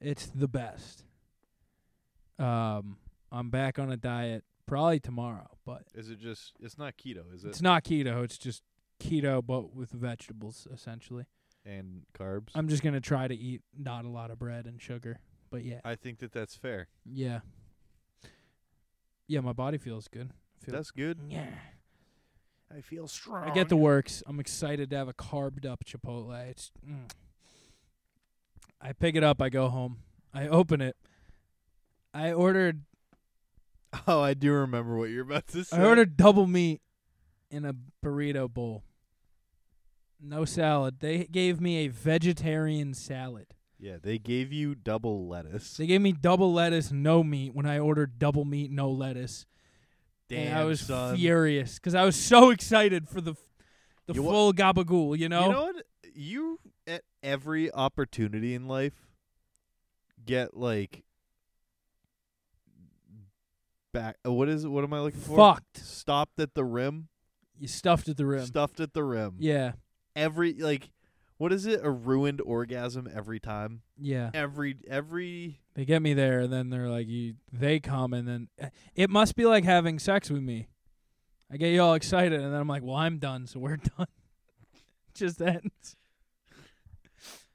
it's the best. Um, I'm back on a diet probably tomorrow, but
Is it just? It's not keto, is it?
it's not keto. It's just keto, but with vegetables essentially.
and carbs.
I'm just gonna try to eat not a lot of bread and sugar, but yeah,
I think that that's fair.
yeah, yeah. My body feels good. I feel
That's good. <laughs>
yeah.
I feel strong.
I get the works. I'm excited to have a carbed up Chipotle. It's, mm. I pick it up. I go home. I open it. I ordered
Oh, I do remember what you're about to say.
I ordered double meat in a burrito bowl. No salad. They gave me a vegetarian salad.
Yeah, they gave you double lettuce.
They gave me double lettuce, no meat when I ordered double meat, no lettuce. and I was
son.
furious because I was so excited for the f- the
You wa-
full gabagool, you know?
You know what? You at every opportunity in life get like back. uh, What is? What am I looking for?
Fucked.
Stopped at the rim.
You stuffed at the rim.
Stuffed at the rim.
Yeah.
Every like, what is it? A ruined orgasm every time.
Yeah.
Every every.
They get me there and then they're like you they come and then eh, it must be like having sex with me. I get you all excited and then I'm like, "Well, I'm done, so we're <laughs> done." Just ends.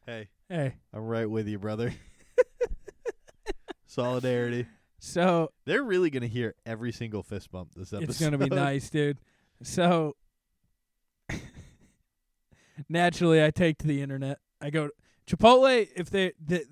Hey,
Hey.
I'm right with you,
<laughs>
brother. Solidarity.
So,
They're really gonna hear every single fist bump this episode.
it's going
<laughs>
to be nice, dude. So <laughs> naturally, I take to the internet. I go Chipotle if they the,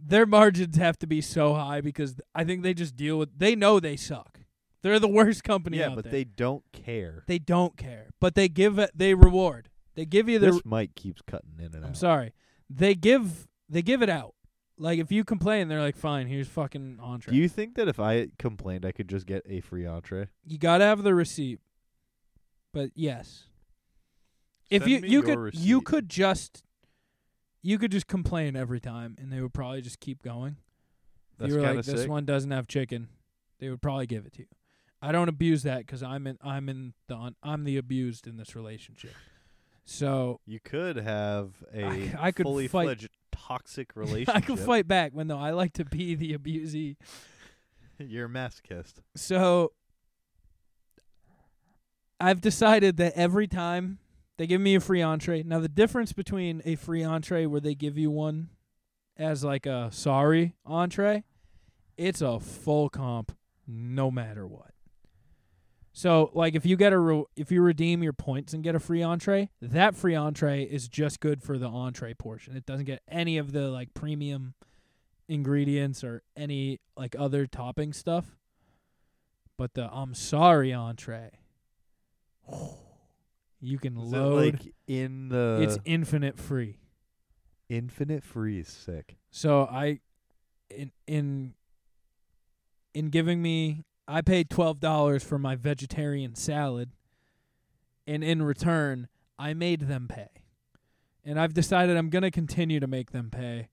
their margins have to be so high because I think they just deal with they know they suck. They're the worst company
Yeah,
out
but
there.
they don't care.
They don't care, but they give it. They reward. They give you the.
this mic keeps cutting in and out.
I'm sorry. They give. They give it out. Like if you complain, they're like, "Fine, here's fucking entree."
Do you think that if I complained, I could just get a free entree?
You gotta have the receipt. But yes, if
Send
you
me
you
your
could you
receipt.
could just you could just complain every time, and they would probably just keep going. If
That's
you were
kinda
like, "This
sick.
one doesn't have chicken," they would probably give it to you. I don't abuse that because I'm in I'm in the un- I'm the abused in this relationship. So
you could have a
I- I could
fully
fight-
fledged toxic
<laughs> I
relationship.
can fight back when though I like to be the abusee.
<laughs> You're a masochist.
So I've decided that every time they give me a free entree. Now the difference between a free entree where they give you one as like a sorry entree, it's a full comp no matter what. So like if you get a re- if you redeem your points and get a free entree, that free entree is just good for the entree portion. It doesn't get any of the like premium ingredients or any like other topping stuff. But the I'm sorry entree, you can
Is it,
load.
like uh, in the
it's infinite free.
infinite free is sick.
So I, in in in giving me, I paid twelve dollars for my vegetarian salad, and in return, I made them pay. And I've decided I'm gonna continue to make them pay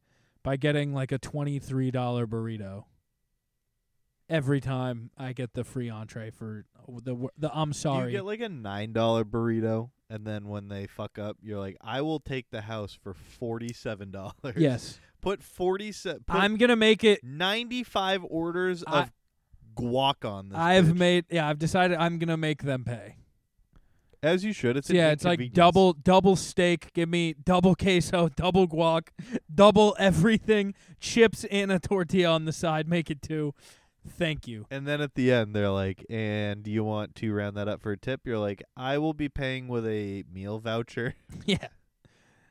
by getting like a twenty three dollar burrito. Every time I get the free entree for the the I'm
Do
sorry.
you get like a nine dollar burrito, and then when they fuck up, you're like, I will take the house for forty seven <laughs> dollars.
yes,
Put forty seven.
I'm gonna make it
ninety five orders
I-
of guac on this.
I've
bitch.
made yeah, I've decided I'm gonna make them pay.
as you should. It's
So
an
yeah, it's like
inconvenience.
double double steak. Give me double queso, <laughs> double guac, double everything, chips and a tortilla on the side. Make it two. Thank you.
And then at the end, they're like, "And do you want to round that up for a tip?" You're like, "I will be paying with a meal voucher." <laughs>
yeah.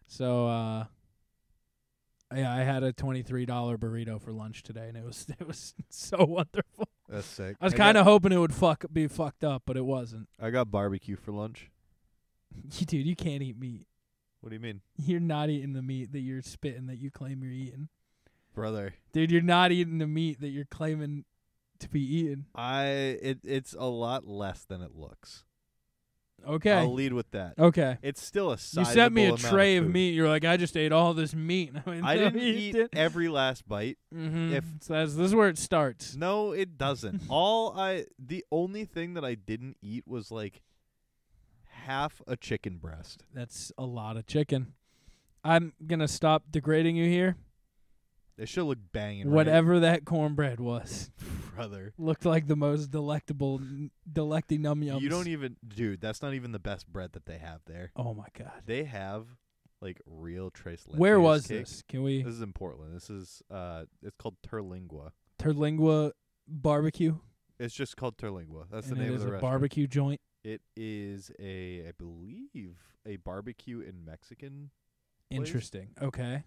So uh yeah, I had a twenty three dollar burrito for lunch today and it was <laughs> it was so wonderful.
That's sick.
I was
got-
kinda hoping it would fuck be fucked up, but it wasn't. <laughs>
I got barbecue for lunch.
You dude, you can't eat meat.
What do you mean,
You're not eating the meat that you're spitting that you claim you're eating.
brother?
Dude, you're not eating the meat that you're claiming to be eating.
I it it's a lot less than it looks.
Okay.
I'll lead with that.
Okay.
It's still a
You
sizable
sent me a
amount
tray of
food.
meat. You're like, I just ate all this meat. <laughs> And went,
I
"No,
didn't
you
eat
didn't."
every last
<laughs>
bite.
Mhm.
if-
so that's, this is where it starts.
No, it doesn't. All I the only thing that I didn't eat was like half a chicken breast.
That's a lot of chicken. I'm gonna stop degrading you here.
It should look banging. right?
Whatever that cornbread was
<laughs> brother.
looked like the most delectable, delecty num yums.
You don't e-, even, dude. That's not even the best bread that they have there.
Oh my god.
They have like real trace.
Where
Leches
was
cake.
this? Can we
This is in Portland. This is uh, it's called Terlingua.
Terlingua barbecue?
It's just called Terlingua. That's
and
the name of
it is
the
a
restaurant.
barbecue joint.
It is a, I believe, a barbecue and Mexican. Place?
Interesting. Okay.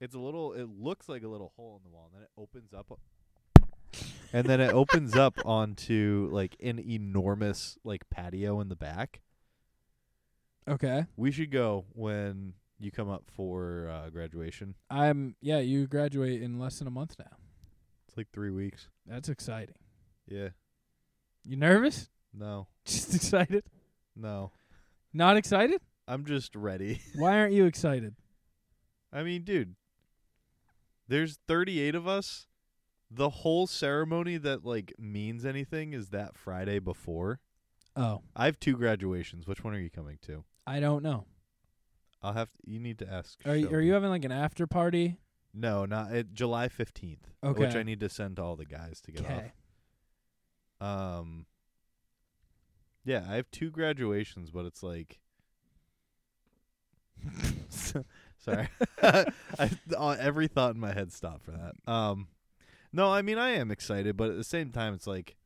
It's a little. It looks like a little hole in the wall, and then it opens up. and then it opens up onto like an enormous like patio in the back.
Okay.
We should go when you come up for uh, graduation.
I'm yeah. You graduate in less than a month now.
It's like three weeks.
That's exciting.
Yeah.
You nervous?
No.
<laughs> Just excited?
No.
Not excited?
I'm just ready. <laughs>
Why aren't you excited?
I mean, dude, there's 38 of us. The whole ceremony that like means anything is that Friday before.
Oh,
I have two graduations. Which one are you coming to?
I don't know.
I'll have to, you need to ask.
Are you,
Shelby.
are you having like an after party?
No, not it, July 15th. Which
Okay.
I need to send to all the guys to get
Okay.
off. Um Yeah, I have two graduations, but it's like <laughs>
<laughs>
Sorry. <laughs> I, uh, every thought in my head stopped for that. Um, no, I mean I am excited, but at the same time, it's like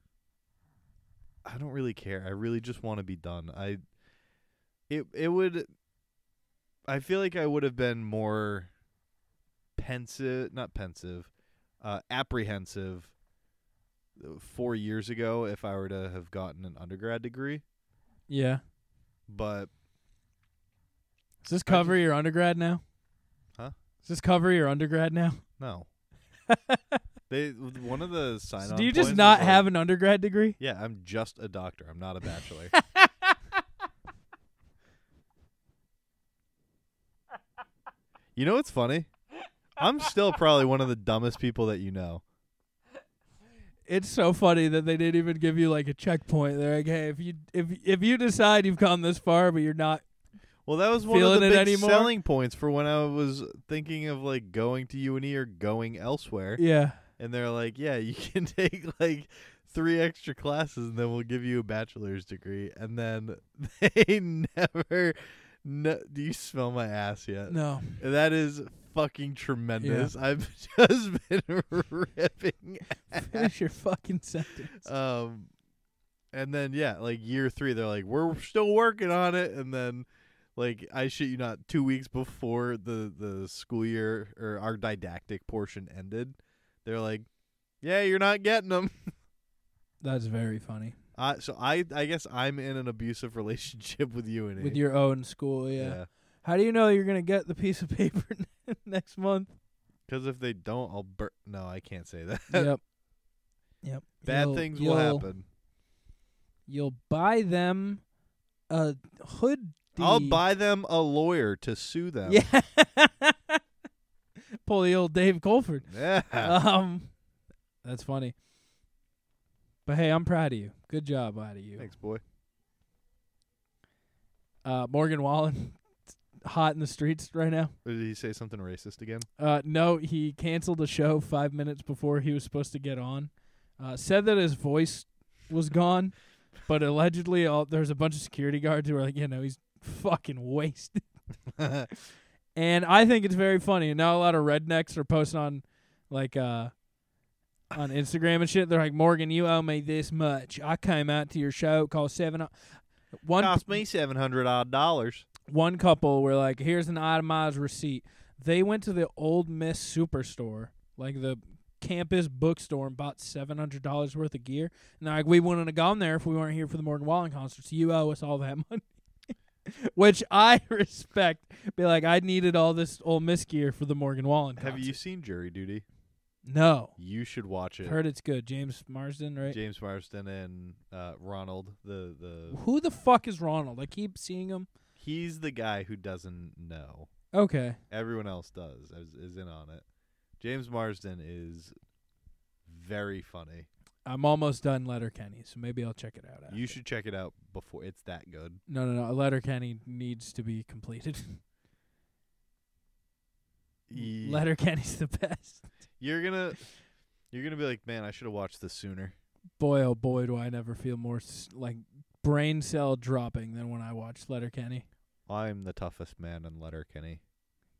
I don't really care. I really just want to be done. I it it would. I feel like I would have been more pensive, not pensive, uh, apprehensive uh, four years ago if I were to have gotten an undergrad degree.
Yeah.
But
Does this
I just-
cover your undergrad now?
Huh?
Does this cover your undergrad now? <laughs>
no, they one of the sign.
So do you just not
like,
have an undergrad degree?
Yeah, I'm just a doctor. I'm not a
<laughs>
bachelor. you know what's funny? I'm still probably one of the dumbest people that you know.
It's so funny that they didn't even
<laughs>
give you like a checkpoint. They're like, hey, if you if if you decide you've come this far, but you're not
Well, that was one
Feeling
of the
it
big
anymore?
selling points for when I was thinking of like going to UNE or going elsewhere.
Yeah.
And they're like, "Yeah, you <laughs> can take like three extra classes, and then we'll give you a bachelor's degree." And then <laughs> they never. No, do you smell my ass yet? <laughs>
No.
That is fucking tremendous. I've <laughs> just been
<laughs>
ripping. ass.
Finish your fucking sentence.
Um, and then yeah, like year three, they're like, we're still working on it, and then like I shit you not, two weeks before the the school year or our didactic portion ended, they're like, yeah, you're not getting them.
That's very funny.
I so I I guess I'm in an abusive <laughs> relationship with you and
With your own school, yeah.
yeah.
How do you know you're gonna get the piece of <laughs> paper next
<laughs>
month?
Because if they don't, I'll bur- No, I can't say that.
yep. Yep.
<laughs> Bad
You'll-
things will
you'll-
happen.
You'll buy them a hood.
I'll buy them a lawyer to sue them.
Yeah. <laughs> Pull the old
<laughs>
Dave Colford.
Yeah.
Um, that's funny. But hey, I'm proud of you. Good job out of you.
Thanks, boy.
Uh, Morgan Wallen, <laughs> hot in the streets right now.
Or did he say something racist
<laughs>
again?
Uh, no, he canceled a show five minutes before he was supposed to get on. Uh, said that his voice was gone, but allegedly, all, there's a bunch of security guards who were like, you know, he's fucking wasted. And I think it's very funny. Now a lot of rednecks are posting on, like, uh, on Instagram and shit. They're like, Morgan, you owe me this much. I came out to your show. It cost seven. o- One
cost me seven hundred odd dollars.
one couple were like, "Here's an itemized receipt." They went to the Old Miss Superstore, like the campus bookstore, and bought seven hundred dollars worth of gear. And they're like, "We wouldn't have gone there if we weren't here for the Morgan Wallen concert. So you owe us all that <laughs> money." Which I <laughs> respect. Be like, I needed all this Old Miss gear for the Morgan Wallen concert.
Have you seen Jury Duty?
No.
You should watch it.
Heard it's good. James Marsden, right?
James Marston and uh, Ronald. The the
Who the fuck is Ronald? I keep seeing him.
he's the guy who doesn't know.
Okay.
Everyone else does. Is, is in on it. James Marsden is very funny.
I'm almost done Letterkenny, so maybe I'll check it out. After.
You should check it out before it's that good.
No, no, no. Letterkenny needs to be completed. <laughs>
Ye-
Letterkenny's the best.
You're gonna you're gonna be like, man, I should have watched this sooner.
Boy, oh boy, do I never feel more s- like brain cell dropping than when I watch Letterkenny.
I'm the toughest man in Letterkenny.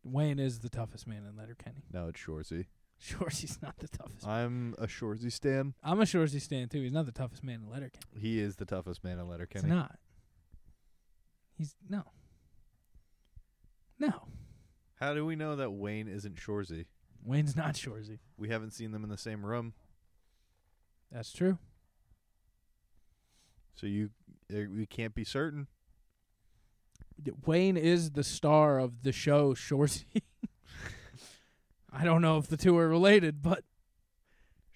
Wayne is the toughest man in <laughs> Letterkenny.
No, it's Shorzy.
Sure, he's not the toughest.
I'm a Shorzy stan.
I'm a Shorzy stan too. He's not the toughest man in Letterkenny.
He is the toughest man in
He's
Letterkenny.
not. He's no. No,
How do we know that Wayne isn't Shorzy?
Wayne's not Shorzy.
We haven't seen them in the same room.
That's true.
So you, er, we can't be certain.
D- Wayne is the star of the show Shorzy. <laughs> I don't know if the two are related, but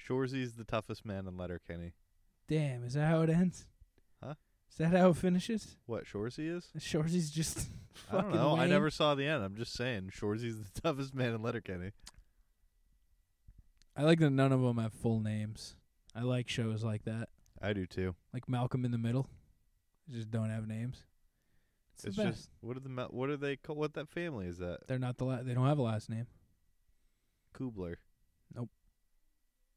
Shorzy's the toughest man in Letterkenny.
Damn, is that how it ends?
Huh?
Is that how it finishes?
What Shorzy is?
Shorzy's just <laughs>
I
fucking.
don't know. I
Wayne?
never saw the end. I'm just saying Shorzy's the <laughs> toughest man in Letterkenny.
I like that none of them have full names. I like shows like that,
I do too.
like Malcolm in the Middle. They just don't have names. It's,
It's
the best.
just what are the ma- what are they call what that family is that
They're not the la- they don't have a last name.
Kubler.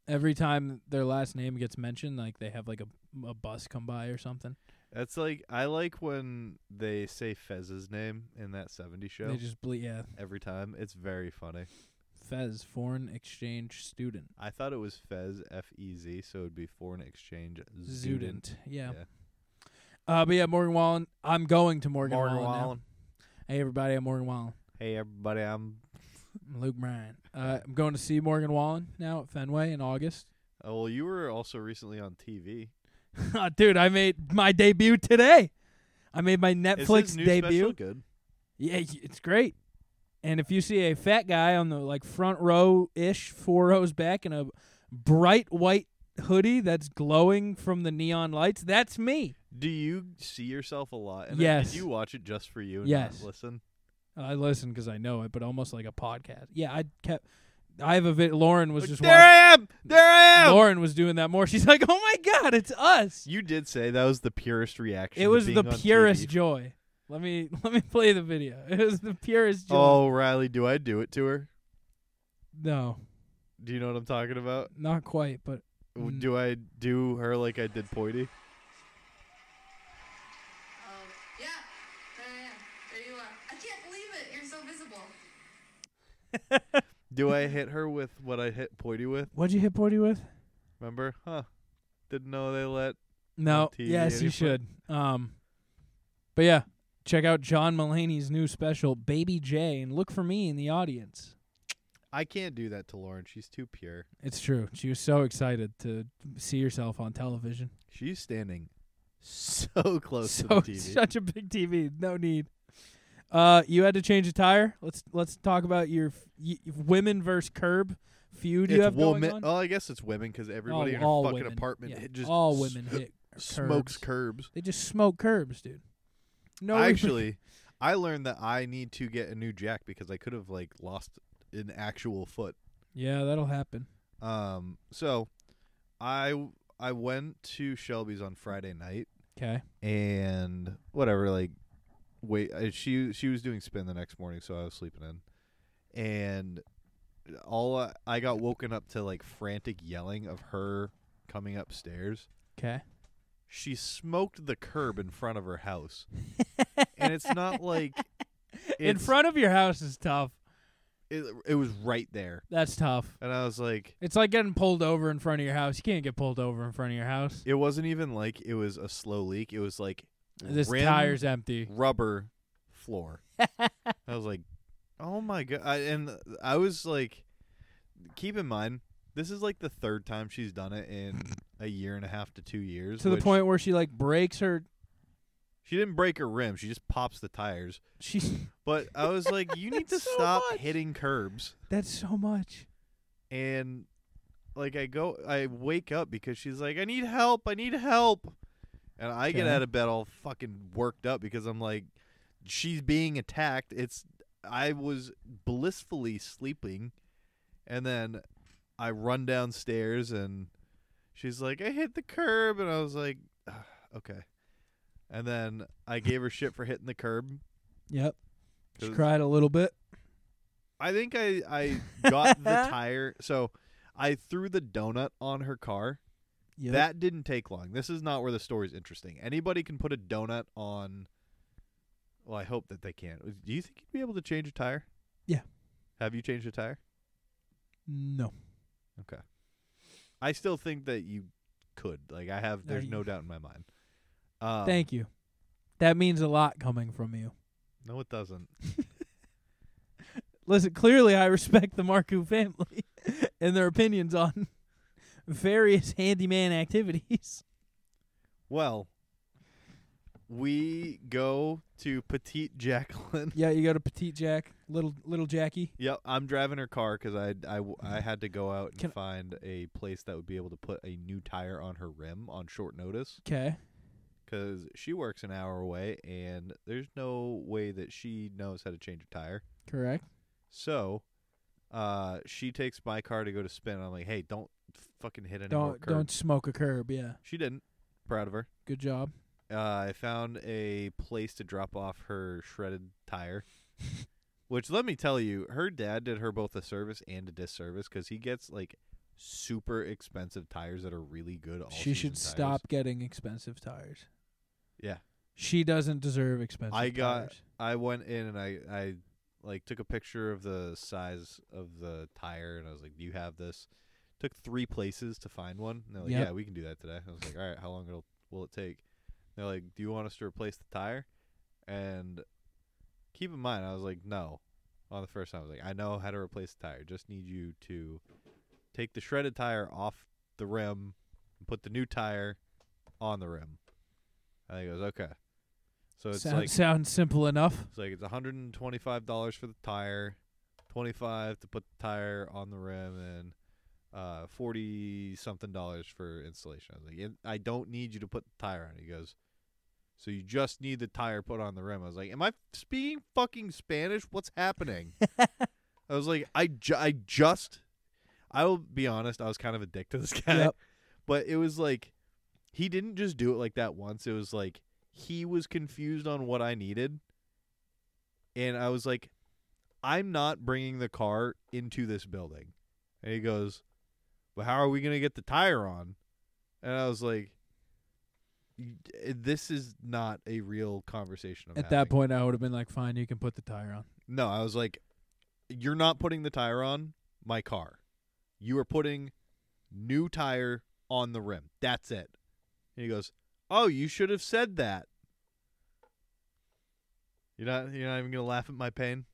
Every time their last name gets mentioned, like they have like a a bus come by or something.
That's like I like when they say Fez's name in that 70s show
They just ble- yeah.
every time. It's very funny.
Fez, foreign exchange student,
I thought it was Fez F E Z, so it'd be foreign exchange student.
student. Yeah. Uh, but yeah, Morgan Wallen. I'm going to Morgan, Wallen. now. Hey everybody, I'm Morgan Wallen.
Hey everybody, I'm
I'm Luke Bryan. Uh, I'm going to see Morgan Wallen now at Fenway in August. <laughs>
Oh, well, you were also recently on TV.
Ah, Dude, I made my debut today. I made my
Is
Netflix
his new
debut.
Special good.
Yeah, y- it's great. And if you see a fat guy on the like front row ish, four rows back, in a bright white hoodie that's glowing from the neon lights, that's me.
Do you see yourself a lot? in it?
Yes.
Did you watch it just for you? And
Yes.
Not listen.
I listen because I know it, but almost like a podcast. Yeah, I kept. I have a vid. Lauren was
Like,
just
there
watching.
I am. There I am.
Lauren was doing that more. <laughs> She's like, "Oh my god, it's us."
You did say that was the purest reaction.
It
to
was
being
the
on
purest
TV.
joy. Let me <laughs> let me play the video. It was the purest joy.
Oh, Riley, do I do it to her?
No,
Do you know what I'm talking about?
not quite, but
W
Mm.
Do I do her like I did Poity?
Um, yeah, there I am. There you are. I can't believe it. You're so visible.
Do I hit her with what I hit Poity with?
what'd you hit Porty with?
Remember? Huh. Didn't know they let.
No.
TV
Yes, you
any fl-
should. Um, but yeah, check out John Mulaney's new special, Baby J, and look for me in the audience.
I can't do that to Lauren. She's too pure.
It's true. She was so excited to see herself on television.
She's standing so <laughs> close
<laughs> so
to the TV.
such a big TV. No need. Uh, you had to change a tire. Let's let's talk about your f- y- women versus curb feud you
It's
have going
woman-
on.
Oh, I guess it's women because everybody
Oh,
in her
all
fucking
women.
apartment
Yeah,
it just
all
s- <laughs>
women hit curbs.
smokes curbs.
They just smoke curbs, dude. No, re-
Actually, I learned that I need to get a new jack because I could have like lost an actual foot.
yeah, that'll happen.
Um, so I I went to Shelby's on Friday night
Okay.
and whatever like wait I, she she was doing spin the next morning so I was sleeping in and all I, I got woken up to like frantic yelling of her coming upstairs
Okay.
she smoked the curb in front of her house. and it's
<laughs>
not like
In
it's-
front of your house is tough.
it, it was right there.
That's tough.
And I was like
It's like getting pulled over in front of your house. You can't get pulled over in front of your house.
it wasn't even like it was a slow leak. It was like
This
rim
tire's empty.
rubber floor.
<laughs>
I was like, "Oh my god." I, and I was like keep in mind this is like the third time she's done it
<laughs>
in a year and a half to 2 years.
To the
which-
point where she like breaks her. <laughs>
she didn't break her rim. She just pops the tires.
She.
But I was like,
<laughs>
"You need to
So
stop
much.
hitting curbs."
That's so much.
and like I go, I wake up because she's like, "I need help! I need help!" And I get
Okay.
out of bed all fucking worked up because I'm like, she's being attacked. It's I was blissfully sleeping, and then I run downstairs and she's like, "I hit the curb," and I was like, "Ah, "Okay." And then I gave her shit for hitting the curb.
Yep. She
'cause-
cried a little bit.
I think I
<laughs>
I got the tire. So I threw the donut on her car.
Yep.
That didn't take long. This is not where the story's interesting. Anybody can put a donut on. Well, I hope that they can. Uh, Do you think you'd be able to change a tire?
Yeah.
Have you changed a tire?
No.
I still think that you could. Like I have.
No,
There's
you-
no doubt in my mind. Um,
Thank you. That means a lot coming from you.
No, it doesn't.
Listen, clearly I respect the Marku family <laughs> and their opinions on <laughs> various handyman activities.
Well, we go to Petite Jacqueline. <laughs>
Yeah, you go to Petite Jack, little little Jackie.
Yep, I'm driving her car because I, I w- I had to go out and
Can-
find a place that would be able to put a new tire on her rim on short notice
Okay.
because she works an hour away and there's no way that she knows how to change a tire.
Correct.
So, uh, she takes my car to go to spin. I'm like, hey, don't fucking hit any more
Don't
curb.
don't smoke a curb, yeah.
She didn't. Proud of her.
Good job.
Uh, I found a place to drop off her shredded
<laughs>
tire. Which let me tell you, her dad did her both a service and a disservice because he gets like super expensive tires that are really good. All
she should
season tires.
stop getting expensive tires.
Yeah.
She doesn't deserve expensive
I got-
tires.
I went in and I I like took a picture of the size of the tire and I was like, "Do you have this?" Took three places to find one. And they're like,
Yep.
"Yeah, we can do that today." I was like, "All right, how long it'll, will it take?" They're like, "Do you want us to replace the tire?" And keep in mind, I was like, "No." On the first time, I was like, "I know how to replace the tire. Just need you to take the shredded tire off the rim and put the new tire on the rim." And he goes, "Okay." So it's
Sound,
like
sounds simple enough.
<laughs> it's like it's hundred and twenty five dollars for the tire, twenty five to put the tire on the rim, and uh, forty something dollars for installation. I was like, "Yeah, I don't need you to put the tire on. He goes, so you just need the tire put on the rim. I was like, am I speaking fucking Spanish? What's happening? I was like, I ju- I just, I will be honest, I was kind of a dick to this <laughs> guy,
Yep.
but it was like, he didn't just do it like that once. It was like he was confused on what I needed. And I was like, I'm not bringing the car into this building. And he goes, Well, how are we going to get the tire on? And I was like, "Y- This is not a real conversation. I'm
At that
having."
point, I would have been like, "Fine, you can put the tire on."
No, I was like, you're not putting the tire on my car. You are putting new tire on the rim. That's it. And he goes, oh, you should have said that. You're not. You're not even gonna laugh at my pain.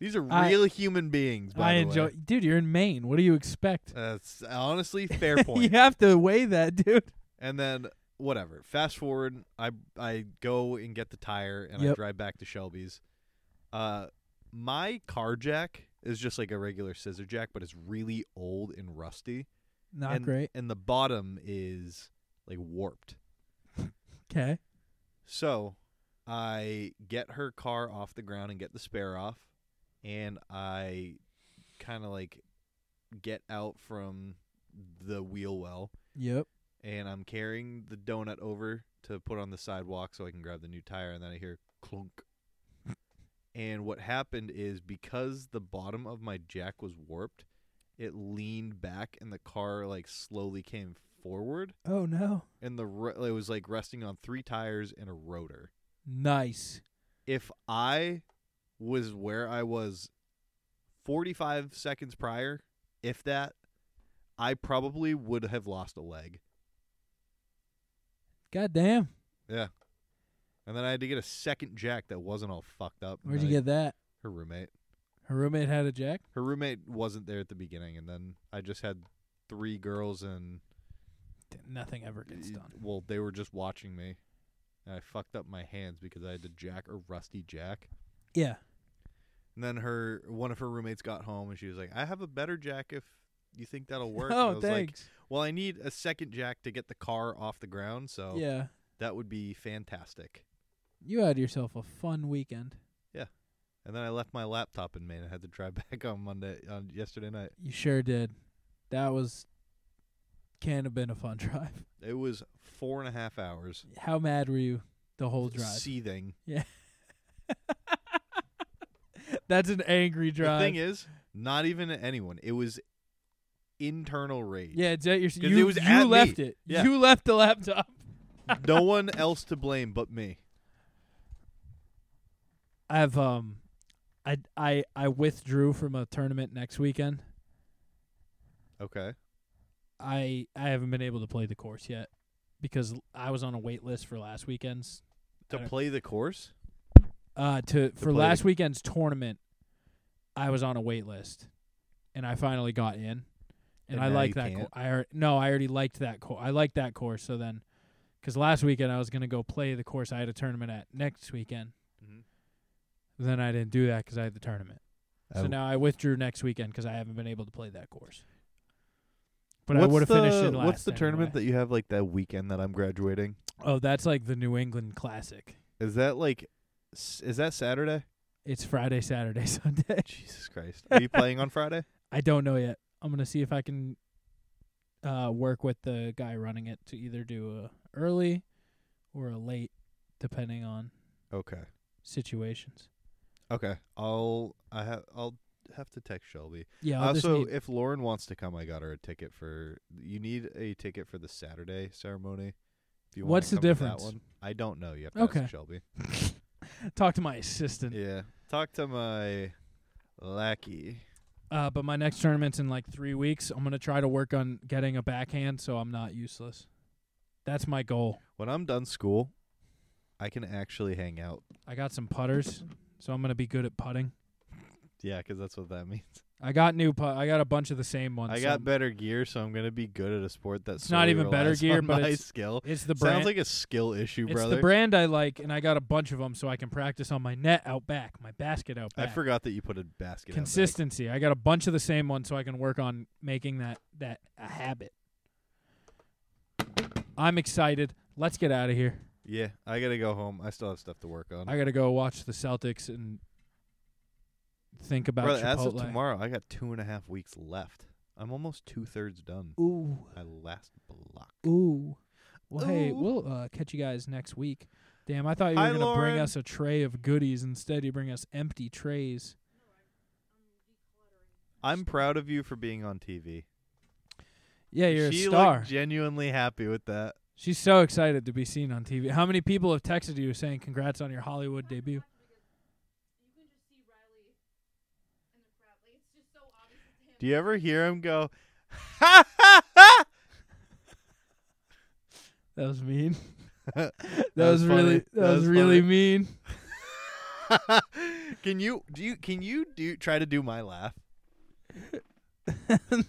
These are
I-
real human beings. By
I
the
enjoy,
Way.
dude. You're in Maine. What do you expect?
That's honestly
<laughs>
fair point.
you have to weigh that, dude.
And then whatever. Fast forward, I I go and get the tire and I
Yep.
drive back to Shelby's. Uh my car jack is just like a regular scissor jack, but it's really old and rusty.
Not
and,
great.
And the bottom is like warped.
Okay.
So I get her car off the ground and get the spare off, and I kind of like get out from the wheel well,
Yep.
and I'm carrying the donut over to put on the sidewalk so I can grab the new tire, and then I hear clunk. and what happened is because the bottom of my jack was warped, it leaned back, and the car like slowly came forward,
Oh no.
and the ro- it was like resting on three tires and a rotor.
Nice.
If I was where I was 45 seconds prior, if that, I probably would have lost a leg.
God damn.
And then I had to get a second jack that wasn't all fucked up.
Where'd you get that?
her roommate?
Her roommate had a jack.
Her roommate wasn't there at the beginning, and then I just had three girls, and
D- Nothing ever gets done.
well, they were just watching me, and I fucked up my hands because I had to jack a rusty jack.
Yeah.
And then her one of her roommates got home, and she was like, "I have a better jack if you think
<laughs>
that'll <laughs> work." and I
Oh,
was like,
thanks.
well, I need a second jack to get the car off the ground, so
Yeah.
that would be fantastic.
You had yourself a fun weekend.
And then I left my laptop in Maine. I had to drive <laughs> back on Monday on yesterday night.
You sure did. That was can't have been a fun <laughs> drive.
It was four and a half hours.
How mad were you the whole drive?
Seething.
That's an angry drive.
The thing is, not even anyone. It was internal rage.
yeah, it's at your,
'Cause
you,
it was
you
at me.
left it.
Yeah.
You <laughs> left the laptop.
no one else to blame but me.
I've um I I I withdrew from a tournament next weekend.
Okay.
I I haven't been able to play the course yet because I was on a wait list for last weekend's
To
don't-
play the course?
uh to, for
play the-
last weekend's tournament i was on a wait list and i finally got in and,
And
i
now
like
you
that
can't?
cour- i alre- no i already liked that course i liked that course so then because last weekend i was going to go play the course i had a tournament at next weekend
Mhm.
then i didn't do that because i had the tournament
Oh. Uh,
so now i withdrew next weekend because i haven't been able to play that course but i would have finished it last
What's the tournament
anyway.
that you have like that weekend that I'm graduating?
oh that's like the new england classic
Is that like s- is that Saturday?
it's friday saturday <laughs> sunday
Jesus Christ. Are you playing on
<laughs>
Friday?
I don't know yet. I'm gonna see if I can uh, work with the guy running it to either do a early or a late, depending on
Okay.
situations.
Okay. I'll I have I'll have to text Shelby.
Yeah. I'll just
also,
need- <laughs>
if Lauren wants to come, I got her a ticket for. You need a ticket for the Saturday ceremony. If you wanna
What's the
come to that
difference?
one. I don't know. You have to
Okay.
ask Shelby.
talk to my assistant.
Yeah, talk to my lackey.
Uh, but my next tournament's in like three weeks. I'm gonna try to work on getting a backhand so I'm not useless. That's my goal.
When I'm done school, I can actually hang out.
I got some putters, so I'm gonna be good at putting.
Yeah, 'cause that's what that means.
I got new put. I got a bunch of the same ones.
I
so
got
I'm-
better gear, so I'm gonna be good at a sport that's
It's not even better gear, but
my
it's-
skill.
it's the brand.
Sounds like a skill issue,
It's
brother.
the brand I like, and I got a bunch of them, so I can practice on my net out back, my basket out
I
back.
forgot that you put a basket. out back.
consistency. I got a bunch of the same ones, so I can work on making that that a habit. I'm excited. Let's get out of here.
Yeah, I gotta go home. I still have stuff to work on.
I gotta go watch the Celtics and think about
Brother, as of
Chipotle.
tomorrow, I got two and a half weeks left. I'm almost two thirds done.
Ooh,
My last block.
ooh, Well, hey,
Ooh.
we'll uh, catch you guys next week. Damn, I thought you
Hi,
were gonna bring
Lauren.
us a tray of goodies. Instead, you bring us empty trays.
I'm proud of you for being on TV.
Yeah, you're
she
a star.
looked genuinely happy with that.
She's so excited to be seen on TV. How many people have texted you saying congrats on your Hollywood debut?
Do you ever hear him
<laughs>
go, ha ha ha?
That was mean.
That
<laughs> That, was,
funny.
really that, was,
<laughs>
really mean.
funny. <laughs> can you do you can you do try to do my laugh?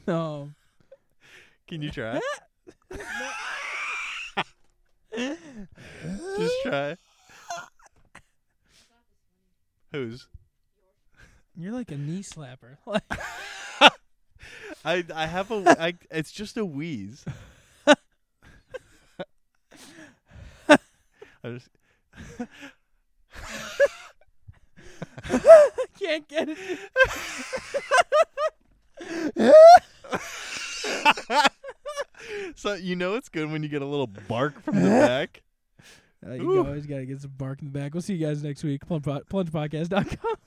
no.
Can you
<laughs>
try? <laughs> Just try. Who's?
You're like a knee slapper. <laughs>
I
Like
I have a I, it's just a wheeze. I just <laughs>
I can't get it.
so you know it's good when you get a little bark from the back.
Uh, you
Ooh.
always gotta get some bark in the back. We'll see you guys next week. Plunge, plungepodcast.com.